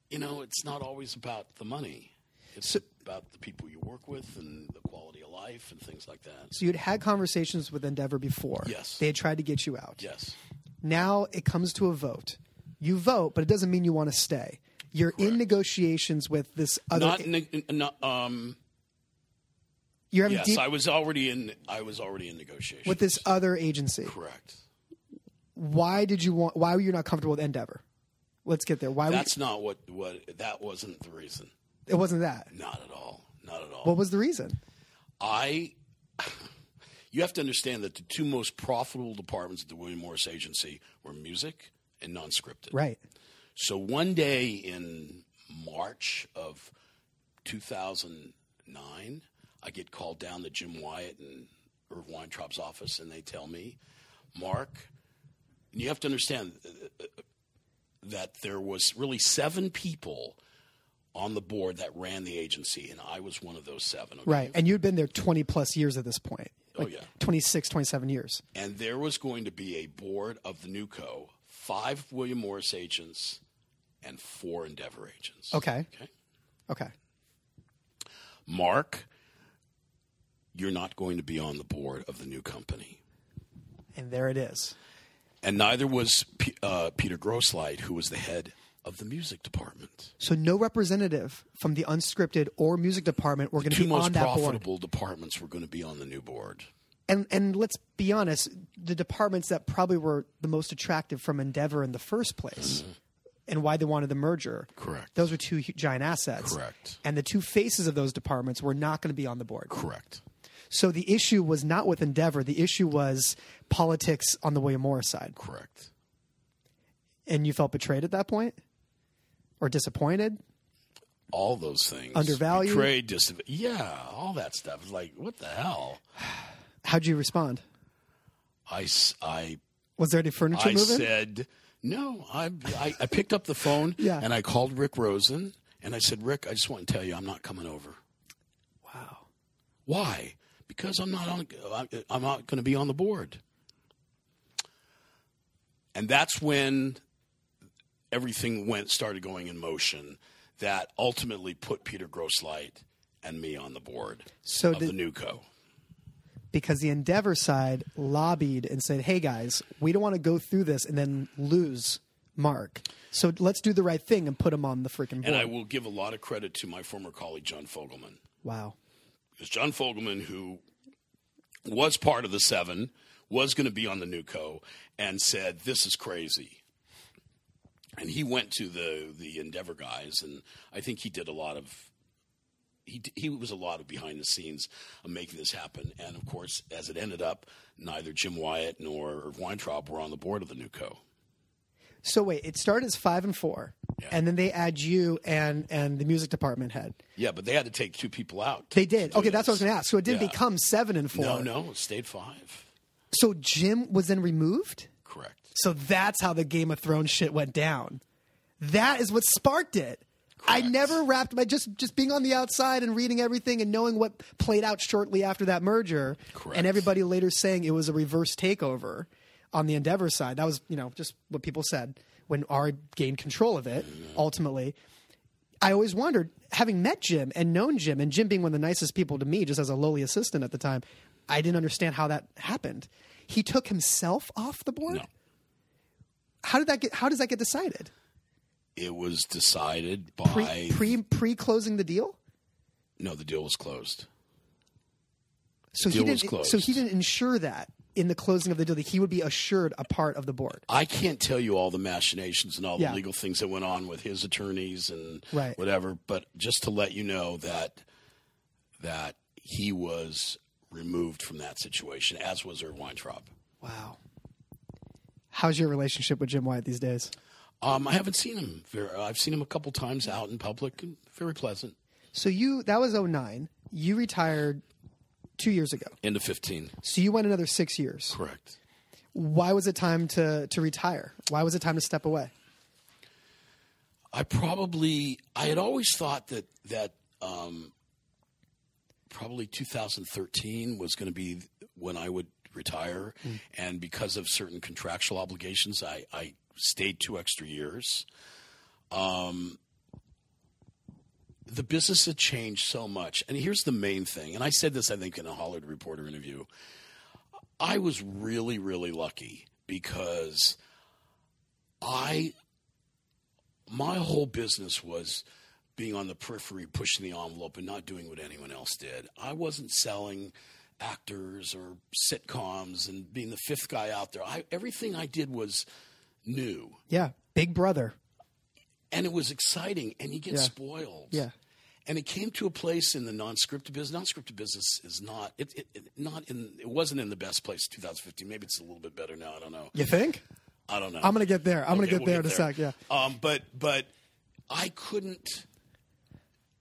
Speaker 2: you know, it's not always about the money. It's about the people you work with and the quality of life and things like that.
Speaker 1: So you'd had conversations with Endeavor before.
Speaker 2: Yes.
Speaker 1: They had tried to get you out.
Speaker 2: Yes.
Speaker 1: Now it comes to a vote. You vote, but it doesn't mean you want to stay. You're in negotiations with this other.
Speaker 2: not, in, not um
Speaker 1: you're having
Speaker 2: yes
Speaker 1: deep
Speaker 2: i was already in i was already in negotiation
Speaker 1: with this other agency.
Speaker 2: correct
Speaker 1: Why did you want? Why were you not comfortable with Endeavor? Let's get there. Why? Would,
Speaker 2: that's not what what that wasn't the reason
Speaker 1: It wasn't that.
Speaker 2: Not at all. Not at all.
Speaker 1: What was the reason?
Speaker 2: I you have to understand that the two most profitable departments at the William Morris agency were music and non-scripted.
Speaker 1: Right.
Speaker 2: So one day in March of 2009, I get called down to Jim Wyatt and Irv Weintraub's office, and they tell me, Mark, and you have to understand uh, uh, that there was really seven people on the board that ran the agency, and I was one of those seven. okay?
Speaker 1: Right. And you'd been there 20 plus years at this point.
Speaker 2: Oh,
Speaker 1: Like
Speaker 2: yeah.
Speaker 1: 26, 27 years.
Speaker 2: and there was going to be a board of the new co, five William Morris agents and four Endeavor agents.
Speaker 1: Okay.
Speaker 2: Okay.
Speaker 1: Okay.
Speaker 2: Mark, you're not going to be on the board of the new company.
Speaker 1: And there it is.
Speaker 2: And neither was P- uh, Peter Grosslight, who was the head of the music department.
Speaker 1: So no representative from the unscripted or music department were going to
Speaker 2: Two
Speaker 1: be
Speaker 2: most
Speaker 1: on that board.
Speaker 2: profitable departments were going to be on the new board.
Speaker 1: And and let's be honest, the departments that probably were the most attractive from Endeavor in the first place,
Speaker 2: Mm-hmm.
Speaker 1: and why they wanted the merger.
Speaker 2: Correct.
Speaker 1: Those were two hu- giant assets.
Speaker 2: Correct.
Speaker 1: And the two faces of those departments were not going to be on the board.
Speaker 2: Correct.
Speaker 1: So the issue was not with Endeavor. The issue was politics on the William Morris side.
Speaker 2: Correct.
Speaker 1: And you felt betrayed at that point, or disappointed.
Speaker 2: All those things.
Speaker 1: Undervalued?
Speaker 2: Betrayed, dis- yeah, all that stuff. It's like, what the hell?
Speaker 1: How'd you respond?
Speaker 2: I, s- I
Speaker 1: Was there any furniture
Speaker 2: I
Speaker 1: moving?
Speaker 2: said, no, I, I, I picked up the phone
Speaker 1: Yeah.
Speaker 2: and I called Rick Rosen and I said, Rick, I just want to tell you I'm not coming over.
Speaker 1: wow.
Speaker 2: Why? Because I'm not on, I- I'm not going to be on the board. And that's when everything went, started going in motion that ultimately put Peter Grosslight and me on the board
Speaker 1: So
Speaker 2: of
Speaker 1: did,
Speaker 2: the new co.
Speaker 1: because the Endeavor side lobbied and said, "Hey guys, we don't want to go through this and then lose Mark. So let's do the right thing and put him on the freaking board."
Speaker 2: And I will give a lot of credit to my former colleague, John Fogelman.
Speaker 1: wow.
Speaker 2: because John Fogelman, who was part of the seven, was going to be on the new co, and said, "This is crazy." And he went to the the Endeavor guys, and I think he did a lot of. He, d- he was a lot of behind the scenes of making this happen. And of course, as it ended up, neither Jim Wyatt nor Irv Weintraub were on the board of the new co.
Speaker 1: So wait, it started as five and four, and then they add you and and the music department head.
Speaker 2: Yeah, but they had to take two people out.
Speaker 1: They did.
Speaker 2: to
Speaker 1: Okay, that's what I was
Speaker 2: this.
Speaker 1: going to ask. So it didn't
Speaker 2: Yeah.
Speaker 1: become seven and four.
Speaker 2: No, no, it stayed five.
Speaker 1: So Jim was then removed.
Speaker 2: Correct.
Speaker 1: So that's how the Game of Thrones shit went down. That is what sparked it. I
Speaker 2: Correct.
Speaker 1: never wrapped my just just being on the outside and reading everything and knowing what played out shortly after that merger
Speaker 2: Correct.
Speaker 1: and everybody later saying it was a reverse takeover on the Endeavor side. That was, you know, just what people said when R gained control of it ultimately. I always wondered, having met Jim and known Jim, and Jim being one of the nicest people to me, just as a lowly assistant at the time, I didn't understand how that happened. He took himself off the board.
Speaker 2: No.
Speaker 1: How did that get? How does that get decided?
Speaker 2: It was decided by
Speaker 1: Pre pre pre closing the deal.
Speaker 2: No, the deal was closed.
Speaker 1: So
Speaker 2: Deal
Speaker 1: he
Speaker 2: was
Speaker 1: didn't.
Speaker 2: closed.
Speaker 1: So he didn't ensure that in the closing of the deal that he would be assured a part of the board.
Speaker 2: I can't tell you all the machinations and all
Speaker 1: Yeah.
Speaker 2: the legal things that went on with his attorneys and
Speaker 1: Right.
Speaker 2: whatever, but just to let you know that that he was removed from that situation, as was Irv Weintraub.
Speaker 1: Wow. How's your relationship with Jim White these days?
Speaker 2: Um, I haven't seen him. Very, I've seen him a couple times out in public. and Very pleasant.
Speaker 1: So you that was 09. You retired two years ago.
Speaker 2: End of fifteen.
Speaker 1: So you went another six years.
Speaker 2: Correct.
Speaker 1: why was it time to to retire? Why was it time to step away?
Speaker 2: I probably I had always thought that that um, probably 2013 was going to be when I would retire, and because of certain contractual obligations, I, I stayed two extra years. Um, the business had changed so much, and here's the main thing. And I said this, I think, in a Hollywood Reporter interview. I was really, really lucky because I my whole business was being on the periphery, pushing the envelope, and not doing what anyone else did. I wasn't selling actors or sitcoms and being the fifth guy out there. I, everything I did was new,
Speaker 1: Yeah, Big Brother.
Speaker 2: and it was exciting, and you get
Speaker 1: Yeah.
Speaker 2: spoiled.
Speaker 1: Yeah.
Speaker 2: and it came to a place in the non-scripted business. Non-scripted business is not it, it, it not in it wasn't in the best place in 2015. Maybe it's a little bit better now. I don't know.
Speaker 1: You think?
Speaker 2: I don't know.
Speaker 1: I'm gonna get there. I'm gonna
Speaker 2: Okay,
Speaker 1: get
Speaker 2: we'll
Speaker 1: there in
Speaker 2: get
Speaker 1: a sec. Yeah.
Speaker 2: Um, but but I couldn't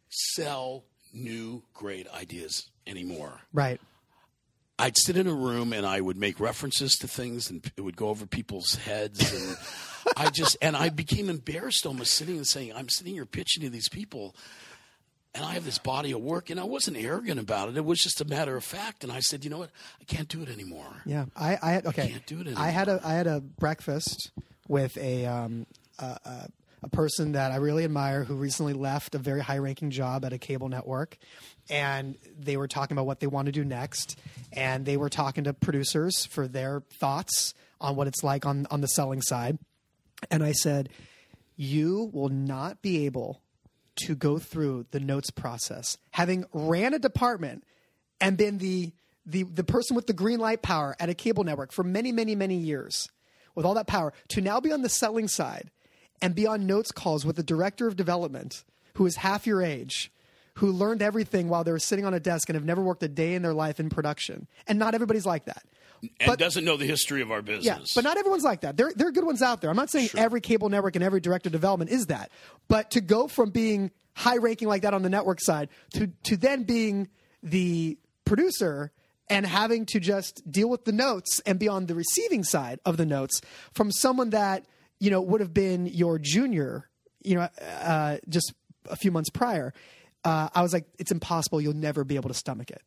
Speaker 2: sell new great ideas anymore.
Speaker 1: Right.
Speaker 2: I'd sit in a room and I would make references to things and it would go over people's heads and I just and I became embarrassed almost sitting and saying I'm sitting here pitching to these people and I have this body of work and I wasn't arrogant about it it was just a matter of fact and I said you know what I can't do it anymore
Speaker 1: Yeah. I, I had okay.
Speaker 2: can't do it
Speaker 1: I had a I had a breakfast with a um a, a, a person that I really admire who recently left a very high ranking job at a cable network, and they were talking about what they want to do next, and they were talking to producers for their thoughts on what it's like on on the selling side, and I said, you will not be able to go through the notes process having ran a department and been the the the person with the green light power at a cable network for many many many years with all that power to now be on the selling side and be on notes calls with the director of development who is half your age who learned everything while they were sitting on a desk and have never worked a day in their life in production and not everybody's like that
Speaker 2: and doesn't know the history of our
Speaker 1: yeah,
Speaker 2: business
Speaker 1: but not everyone's like that. There, there are good ones out there. I'm not saying every cable network and every director of development is that. But to go from being high ranking like that on the network side to to then being the producer and having to just deal with the notes and be on the receiving side of the notes from someone that you know would have been your junior, you know, uh, just a few months prior. Uh, I was like, it's impossible. You'll never be able to stomach it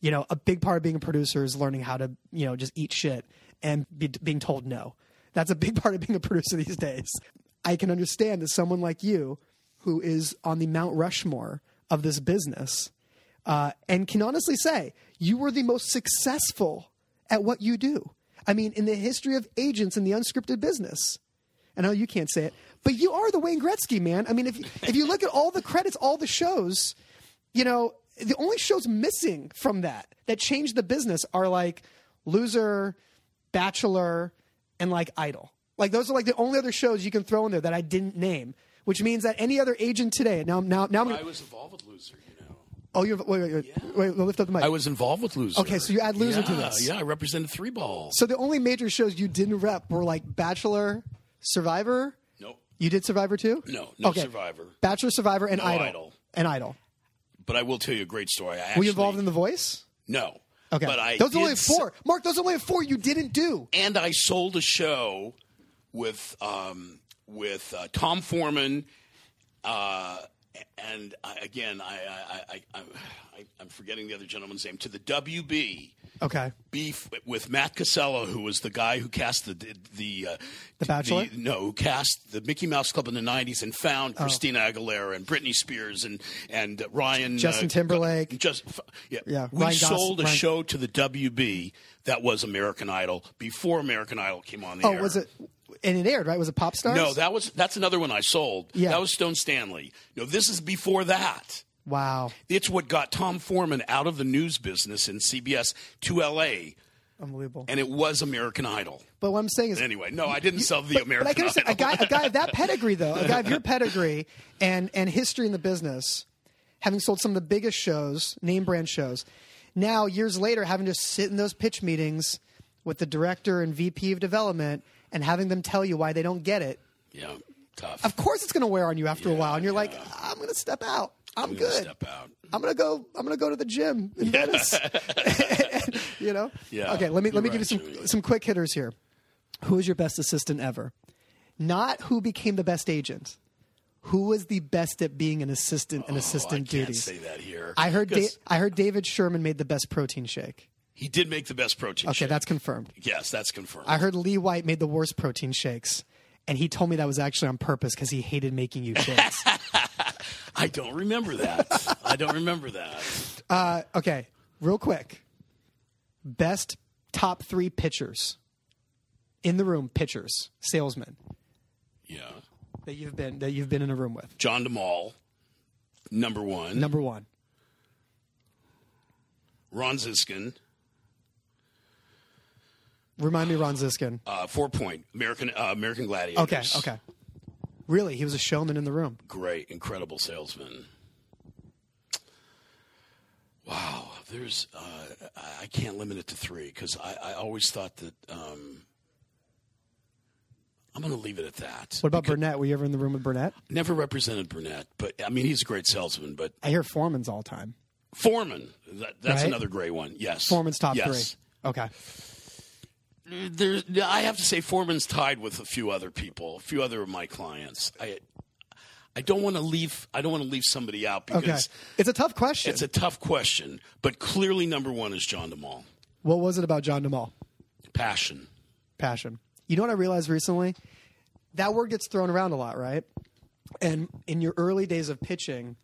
Speaker 1: you know, a big part of being a producer is learning how to, you know, just eat shit and be, being told no. That's a big part of being a producer these days. I can understand that someone like you, who is on the Mount Rushmore of this business, uh, and can honestly say you were the most successful at what you do. I mean, in the history of agents in the unscripted business, I know you can't say it, but you are the Wayne Gretzky man. I mean, if if you look at all the credits, all the shows, you know, the only shows missing from that that changed the business are like Loser, Bachelor, and like Idol. Like those are like the only other shows you can throw in there that I didn't name. Which means that any other agent today, now, now, now, I'm
Speaker 2: I
Speaker 1: gonna,
Speaker 2: was involved with loser you know
Speaker 1: oh, you wait, wait, wait, wait, lift up the mic.
Speaker 2: I was involved with loser
Speaker 1: Okay, so you add Loser to
Speaker 2: Yeah,
Speaker 1: this.
Speaker 2: yeah I represented three balls
Speaker 1: so the only major shows you didn't rep were like Bachelor, Survivor.
Speaker 2: Nope.
Speaker 1: You did Survivor too?
Speaker 2: No, no Survivor.
Speaker 1: Bachelor, Survivor, and Idol.
Speaker 2: Idol.
Speaker 1: And Idol.
Speaker 2: but I will tell you a great story I
Speaker 1: Were
Speaker 2: actually,
Speaker 1: you involved in The Voice?
Speaker 2: no
Speaker 1: Okay.
Speaker 2: but I
Speaker 1: those are
Speaker 2: did
Speaker 1: only
Speaker 2: s-
Speaker 1: four. Mark, those are only four you didn't do.
Speaker 2: and I sold a show with um, with uh, Tom Foreman, uh, and I, again I, I, I, I, I I'm forgetting the other gentleman's name to the WB
Speaker 1: Okay.
Speaker 2: beef with Matt Casella, who was the guy who cast the the uh,
Speaker 1: The Bachelor? Oh.
Speaker 2: no, who cast the Mickey Mouse Club in the '90s and found Christina Aguilera and Britney Spears and and uh, Ryan
Speaker 1: Justin Timberlake.
Speaker 2: Just yeah,
Speaker 1: Yeah,
Speaker 2: We
Speaker 1: Ryan Gos-
Speaker 2: sold a
Speaker 1: Ryan-
Speaker 2: show to the WB that was American Idol before American Idol came on the
Speaker 1: Oh,
Speaker 2: air.
Speaker 1: was it? And it aired, right? Was it Pop Stars?
Speaker 2: No, that was that's another one I sold.
Speaker 1: Yeah.
Speaker 2: that was Stone Stanley. No, this is before that.
Speaker 1: Wow.
Speaker 2: It's what got Tom Foreman out of the news business in CBS to LA,
Speaker 1: Unbelievable.
Speaker 2: and it was American Idol.
Speaker 1: But what I'm saying is,
Speaker 2: Anyway, no, I didn't sell the
Speaker 1: but I
Speaker 2: American
Speaker 1: can understand a
Speaker 2: Idol.
Speaker 1: guy, a guy of that pedigree, though, a guy of your pedigree and and history in the business, having sold some of the biggest shows, name brand shows, now years later having to sit in those pitch meetings with the director and VP of development and having them tell you why they don't get it.
Speaker 2: yeah, tough.
Speaker 1: Of course, it's going to wear on you after a
Speaker 2: Yeah,
Speaker 1: while, and you're like, I'm going to step out. I'm,
Speaker 2: I'm gonna
Speaker 1: good.
Speaker 2: Step out.
Speaker 1: I'm gonna go. I'm gonna go to the gym in Venice. you know.
Speaker 2: Yeah,
Speaker 1: Okay. Let me let me
Speaker 2: you're
Speaker 1: give you some
Speaker 2: right, Joey.
Speaker 1: some quick hitters here. Who is your best assistant ever? Not who became the best agent. Who was the best at being an assistant and
Speaker 2: Oh, I
Speaker 1: assistant
Speaker 2: can't
Speaker 1: duties?
Speaker 2: say that here.
Speaker 1: I heard. Da-
Speaker 2: 'Cause
Speaker 1: I heard David Sherman made the best protein shake.
Speaker 2: he did make the best protein.
Speaker 1: Okay,
Speaker 2: shake.
Speaker 1: that's confirmed.
Speaker 2: yes, that's confirmed.
Speaker 1: I heard Lee White made the worst protein shakes, and he told me that was actually on purpose because he hated making you shakes.
Speaker 2: I don't remember that. I don't remember that.
Speaker 1: Uh, okay, real quick. Best top three pitchers in the room. Pitchers, salesmen
Speaker 2: Yeah,
Speaker 1: that you've been that you've been in a room with.
Speaker 2: John DeMaul, number one.
Speaker 1: Number one.
Speaker 2: Ron Ziskin,
Speaker 1: Remind me, Ron Ziskin.
Speaker 2: uh, four point American uh, American Gladiators.
Speaker 1: Okay, okay. Really, he was a showman in the room.
Speaker 2: Great, incredible salesman. Wow, there's uh, I- I can't limit it to three because I, I always thought that um, I'm going to leave it at that.
Speaker 1: What about Burnett? Were you ever in the room with Burnett?
Speaker 2: Never represented Burnett, but I mean he's a great salesman. But
Speaker 1: I hear Foreman's all time.
Speaker 2: Foreman, that, that's
Speaker 1: Right.
Speaker 2: another great one. Yes,
Speaker 1: Foreman's top
Speaker 2: yes.
Speaker 1: three. Okay.
Speaker 2: three. There's, I have to say Foreman's tied with a few other people, a few other of my clients. I I don't want to leave. I don't want to leave somebody out because
Speaker 1: Okay. It's a tough question.
Speaker 2: it's a tough question. But clearly, number one is John DeMaul.
Speaker 1: what was it about John DeMaul?
Speaker 2: Passion.
Speaker 1: passion. You know what I realized recently? That word gets thrown around a lot, right? And in your early days of pitching,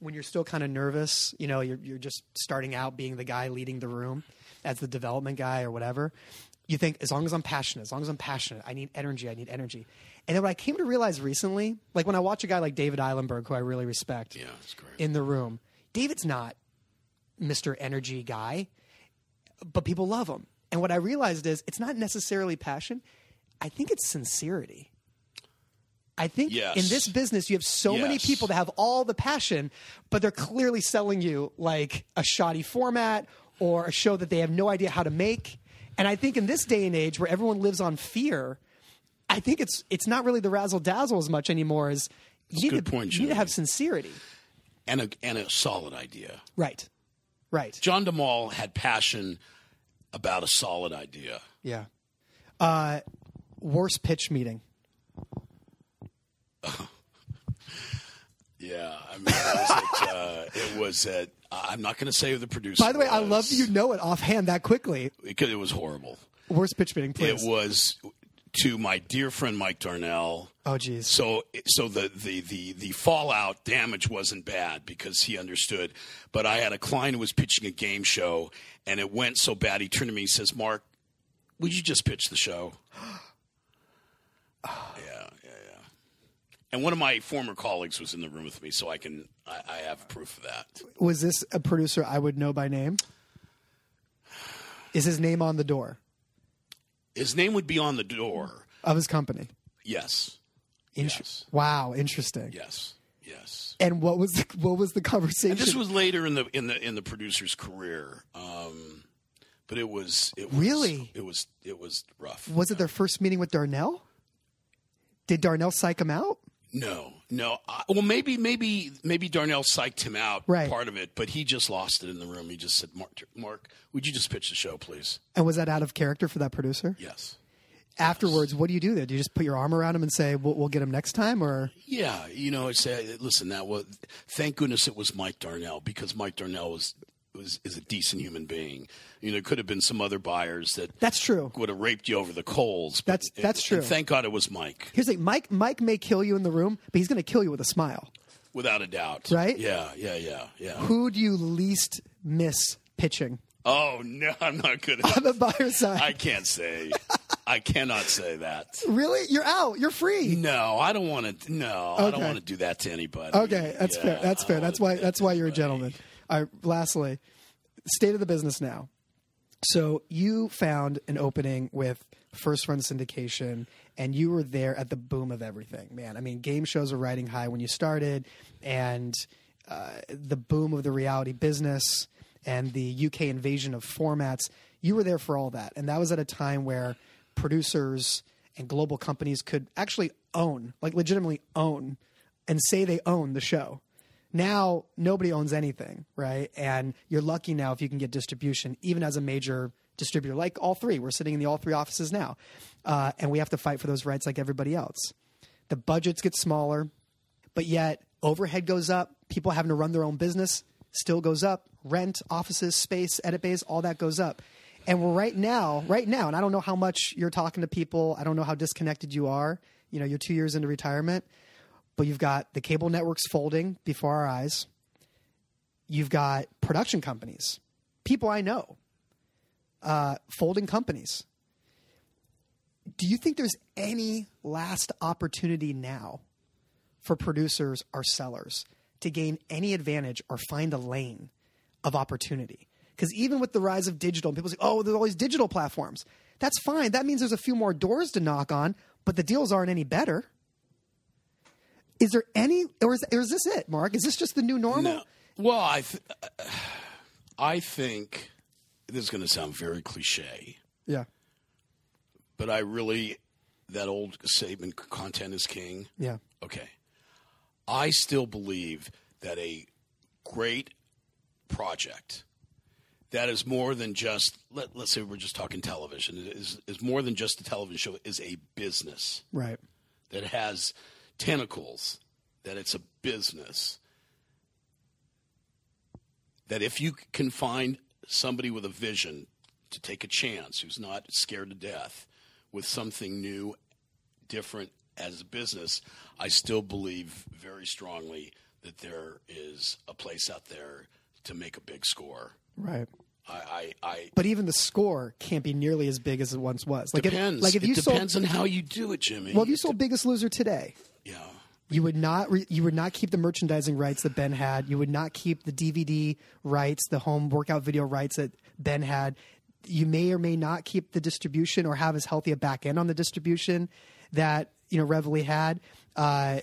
Speaker 1: when you're still kind of nervous, you know, you're, you're just starting out being the guy leading the room as the development guy or whatever. You think, as long as I'm passionate, as long as I'm passionate, I need energy, I need energy. And then what I came to realize recently, like when I watch a guy like David Eilenberg, who I really respect,
Speaker 2: Yeah, it's great.
Speaker 1: in the room. David's not Mr. Energy guy, but people love him. And what I realized is it's not necessarily passion. I think it's sincerity. I think
Speaker 2: Yes.
Speaker 1: in this business you have so many
Speaker 2: Yes.
Speaker 1: people that have all the passion, but they're clearly selling you like a shoddy format or a show that they have no idea how to make. And I think in this day and age where everyone lives on fear, I think it's it's not really the razzle dazzle as much anymore as you need,
Speaker 2: good
Speaker 1: to,
Speaker 2: point,
Speaker 1: you need to
Speaker 2: Jimmy.
Speaker 1: have sincerity.
Speaker 2: and a and a solid idea.
Speaker 1: Right. Right.
Speaker 2: John DeMaul had passion about a solid idea.
Speaker 1: Yeah. Uh, worst pitch meeting.
Speaker 2: Yeah, I mean, it was at, uh, it was at I- I'm not going to say who the producer.
Speaker 1: By the way, I love
Speaker 2: was,
Speaker 1: that you know it offhand that quickly.
Speaker 2: because it was horrible.
Speaker 1: Worst pitch meeting,
Speaker 2: It
Speaker 1: please.
Speaker 2: was to my dear friend Mike Darnell.
Speaker 1: oh, geez.
Speaker 2: So, so the, the, the, the fallout damage wasn't bad because he understood. But I had a client who was pitching a game show, and it went so bad. He turned to me and says, "Mark, would you just pitch the show?" yeah, yeah, yeah. And one of my former colleagues was in the room with me, so I can I, I have proof of that.
Speaker 1: Was this a producer I would know by name? Is his name on the door
Speaker 2: His name would be on the door.
Speaker 1: of his company?
Speaker 2: Yes,
Speaker 1: Inter-
Speaker 2: Yes.
Speaker 1: Wow, interesting.
Speaker 2: yes, yes.
Speaker 1: And what was the, what was the conversation?
Speaker 2: This was later in the in the in the producer's career. Um, but it was it was,
Speaker 1: Really?
Speaker 2: it was it was rough.
Speaker 1: was it their first meeting with Darnell? Did Darnell psych him out?
Speaker 2: No, no. I, well, maybe maybe maybe Darnell psyched him out
Speaker 1: Right.
Speaker 2: part of it, but he just lost it in the room. He just said, "Mark, Mark, would you just pitch the show, please?"
Speaker 1: And was that out of character for that producer?
Speaker 2: Yes.
Speaker 1: Afterwards, what do you do there? Do you just put your arm around him and say, "We'll, we'll get him next time"? Or
Speaker 2: Yeah, you know, I say, listen, that was. Thank goodness it was Mike Darnell because Mike Darnell was was is a decent human being. You know, it could have been some other buyers that
Speaker 1: that's true.
Speaker 2: would have raped you over the coals. but-
Speaker 1: That's- that's
Speaker 2: and
Speaker 1: true.
Speaker 2: thank God it was Mike,
Speaker 1: Here's the thing, Mike. Mike may kill you in the room, but he's going to kill you with a smile.
Speaker 2: without a doubt.
Speaker 1: Right?
Speaker 2: Yeah, yeah, yeah, yeah.
Speaker 1: Who do you least miss pitching
Speaker 2: Oh no, I'm not good. At,
Speaker 1: on the buyer side?
Speaker 2: I can't say. I cannot say that.
Speaker 1: really, you're out. You're free.
Speaker 2: No, I don't want to. No, I don't
Speaker 1: Okay.
Speaker 2: want to do that to anybody.
Speaker 1: Okay, that's
Speaker 2: Yeah,
Speaker 1: fair. That's
Speaker 2: I
Speaker 1: fair.
Speaker 2: don't
Speaker 1: That's
Speaker 2: wanna
Speaker 1: why.
Speaker 2: do
Speaker 1: That's
Speaker 2: that
Speaker 1: why
Speaker 2: to
Speaker 1: you're a
Speaker 2: anybody.
Speaker 1: gentleman. All right. Lastly, state of the business now. So you found an opening with first run syndication, and you were there at the boom of everything, man. I mean, game shows were riding high when you started, and uh, the boom of the reality business and the UK invasion of formats. You were there for all that, and that was at a time where producers and global companies could actually own, like legitimately own, and say they own the show now nobody owns anything, right? And you're lucky now if you can get distribution, even as a major distributor, like all three. We're sitting in the all three offices now, uh, and we have to fight for those rights like everybody else. The budgets get smaller, but yet overhead goes up. People having to run their own business still goes up. Rent, offices, space, edit bays, all that goes up. And we're right now, right now, and I don't know how much you're talking to people. I don't know how disconnected you are. You know, you're two years into retirement but you've got the cable networks folding before our eyes. You've got production companies, people I know, uh, folding companies. Do you think there's any last opportunity now for producers or sellers to gain any advantage or find a lane of opportunity? Because even with the rise of digital, people say, oh, there's all these digital platforms. That's fine. That means there's a few more doors to knock on, but the deals aren't any better is there any or is, or is this it mark is this just the new normal
Speaker 2: No. Well, I, th- I think this is going to sound very cliche,
Speaker 1: Yeah.
Speaker 2: but I really that old statement content is king.
Speaker 1: Yeah.
Speaker 2: Okay. I still believe that a great project that is more than just let, let's say we're just talking television is is more than just a television show is a business
Speaker 1: Right.
Speaker 2: that has tentacles, that it's a business, that if you can find somebody with a vision to take a chance who's not scared to death with something new, different as a business, I still believe very strongly that there is a place out there to make a big score.
Speaker 1: Right.
Speaker 2: I, I, I
Speaker 1: But even the score can't be nearly as big as it once was. Like
Speaker 2: depends.
Speaker 1: if like if you
Speaker 2: it
Speaker 1: sold
Speaker 2: depends on how you do it, Jimmy.
Speaker 1: well, if you sold Biggest Loser today,
Speaker 2: yeah.
Speaker 1: you would not re- you would not keep the merchandising rights that Ben had. You would not keep the DVD rights, the home workout video rights that Ben had. You may or may not keep the distribution or have as healthy a back end on the distribution that you know Reveille had. Uh,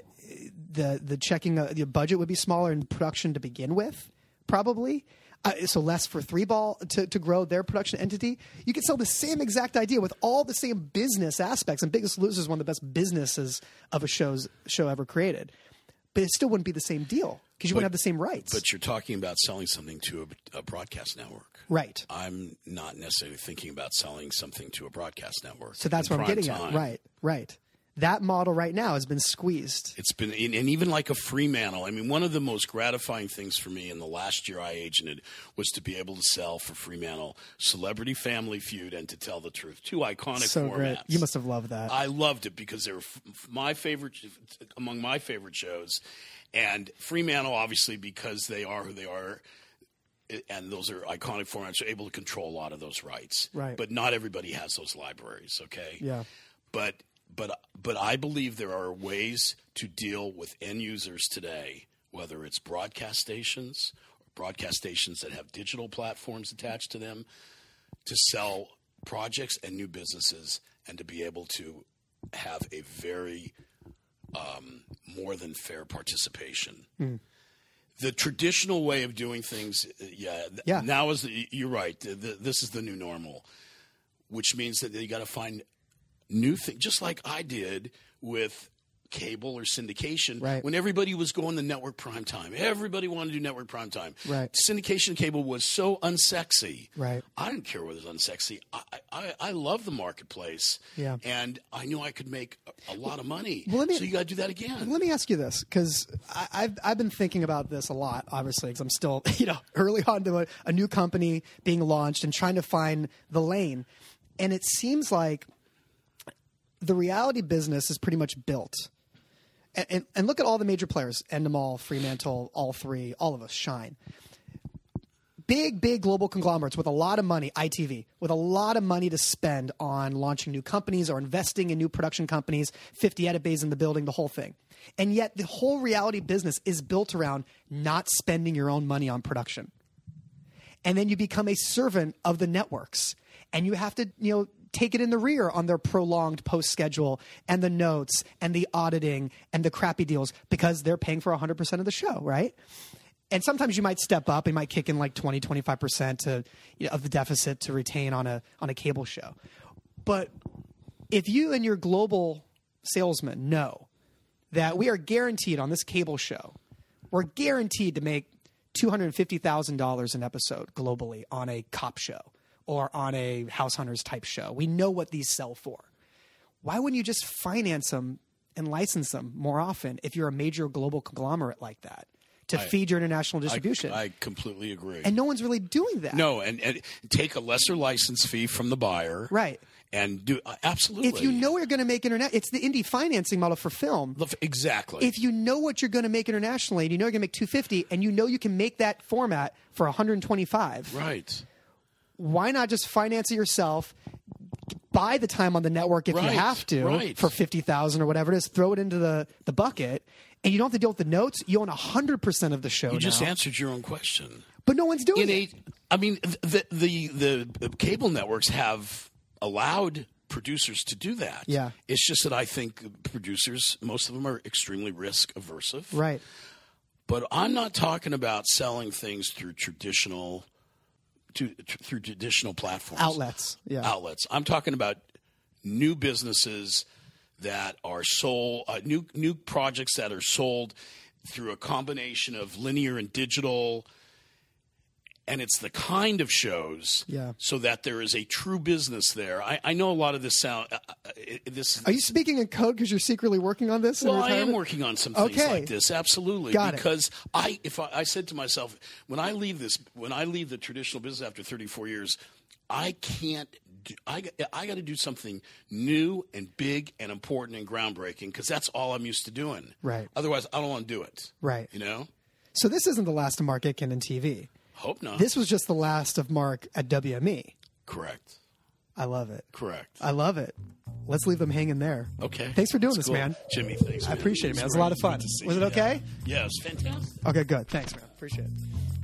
Speaker 1: the the checking uh, the budget would be smaller in production to begin with, probably. Uh, so less for three ball to, to grow their production entity. You could sell the same exact idea with all the same business aspects. And Biggest Loser is one of the best businesses of a show's show ever created, but it still wouldn't be the same deal because you wouldn't have the same rights.
Speaker 2: But you're talking about selling something to a, a broadcast network.
Speaker 1: right.
Speaker 2: I'm not necessarily thinking about selling something to a broadcast network.
Speaker 1: So that's
Speaker 2: in
Speaker 1: what I'm
Speaker 2: prime
Speaker 1: getting at.
Speaker 2: time.
Speaker 1: Right. Right. That model right now has been squeezed.
Speaker 2: It's been, and and even like a Fremantle. I mean, one of the most gratifying things for me in the last year I agented was to be able to sell for Fremantle Celebrity Family Feud and To Tell the Truth, two iconic
Speaker 1: So
Speaker 2: formats.
Speaker 1: great. You must have loved that.
Speaker 2: I loved it because they were f- f- my favorite, among my favorite shows, and Fremantle obviously because they are who they are, i- and those are iconic formats. Are able to control a lot of those rights,
Speaker 1: Right.
Speaker 2: But not everybody has those libraries, okay?
Speaker 1: yeah.
Speaker 2: But but but I believe there are ways to deal with end users today, whether it's broadcast stations, or broadcast stations that have digital platforms attached to them, to sell projects and new businesses and to be able to have a very um, more than fair participation. The traditional way of doing things, uh, yeah, th-
Speaker 1: Yeah.
Speaker 2: now is the, you're right. th th this is the new normal, which means that you got to find new things, just like I did with cable or syndication
Speaker 1: Right.
Speaker 2: when everybody was going to network primetime everybody wanted to do network primetime
Speaker 1: Right.
Speaker 2: syndication cable was so unsexy
Speaker 1: Right.
Speaker 2: I didn't care whether it was unsexy. I, I, I love the marketplace.
Speaker 1: Yeah.
Speaker 2: And I knew I could make a, a lot of money.
Speaker 1: Well, let me-
Speaker 2: so you got to do that again.
Speaker 1: Let me ask you this, because I've I've been thinking about this a lot, obviously, because I'm still you know early on to a, a new company being launched and trying to find the lane, and it seems like the reality business is pretty much built. And, and, and look at all the major players: Endemol, Fremantle, all three, all of us shine. Big, big global conglomerates with a lot of money, ITV, with a lot of money to spend on launching new companies or investing in new production companies, 50 Etabase in the building, the whole thing. And yet, the whole reality business is built around not spending your own money on production and then you become a servant of the networks and you have to you know take it in the rear on their prolonged post schedule and the notes and the auditing and the crappy deals because they're paying for 100% of the show right and sometimes you might step up and might kick in like 20 25% to, you know, of the deficit to retain on a on a cable show but if you and your global salesman know that we are guaranteed on this cable show, we're guaranteed to make $250,000 an episode globally on a cop show or on a house hunters type show. We know what these sell for. Why wouldn't you just finance them and license them more often if you're a major global conglomerate like that to feed your international distribution?
Speaker 2: I completely agree.
Speaker 1: and no one's really doing that.
Speaker 2: no, and, and take a lesser license fee from the buyer.
Speaker 1: Right.
Speaker 2: And do uh, absolutely.
Speaker 1: If you know you're going to make internet, it's the indie financing model for film.
Speaker 2: Look, Exactly.
Speaker 1: if you know what you're going to make internationally and you know you're going to make 250 and you know you can make that format for 125
Speaker 2: right.
Speaker 1: why not just finance it yourself buy the time on the network if
Speaker 2: Right,
Speaker 1: you have to
Speaker 2: right.
Speaker 1: for 50000 or whatever it is throw it into the, the bucket and you don't have to deal with the notes you own 100% of the show
Speaker 2: You just
Speaker 1: now.
Speaker 2: answered your own question.
Speaker 1: but no one's doing
Speaker 2: in
Speaker 1: it
Speaker 2: a, I mean, the, the the the cable networks have allowed producers to do that.
Speaker 1: Yeah.
Speaker 2: it's just that I think producers, most of them, are extremely risk aversive.
Speaker 1: right
Speaker 2: But I'm not talking about selling things through traditional to, to through traditional platforms
Speaker 1: Outlets. Yeah.
Speaker 2: outlets. I'm talking about new businesses that are sold, uh, new new projects that are sold through a combination of linear and digital. And it's the kind of shows,
Speaker 1: Yeah.
Speaker 2: so that there is a true business there. I, I know a lot of this sound. Uh, uh, it- this
Speaker 1: Are you speaking in code because you're secretly working on this? in
Speaker 2: well, I am
Speaker 1: retirement?
Speaker 2: working on some things
Speaker 1: Okay.
Speaker 2: like this, absolutely.
Speaker 1: Got it.
Speaker 2: because I, if I, I said to myself, when I leave this, when I leave the traditional business after 34 years, I can't. Do, I got- I got to do something new and big and important and groundbreaking because that's all I'm used to doing.
Speaker 1: Right.
Speaker 2: Otherwise, I don't want to do it.
Speaker 1: Right.
Speaker 2: You know.
Speaker 1: So this isn't the last of Mark Aitken in TV.
Speaker 2: Hope not.
Speaker 1: This was just the last of Mark at WME.
Speaker 2: correct.
Speaker 1: I love it.
Speaker 2: Correct.
Speaker 1: I love it. Let's leave them hanging there.
Speaker 2: okay.
Speaker 1: Uh, Thanks for doing
Speaker 2: It's
Speaker 1: this,
Speaker 2: cool.
Speaker 1: man.
Speaker 2: Jimmy. Thanks. I
Speaker 1: appreciate it, man. It was a lot of fun. Was it okay?
Speaker 2: Yeah, it was fantastic.
Speaker 1: Okay, good. Thanks, man. Appreciate it.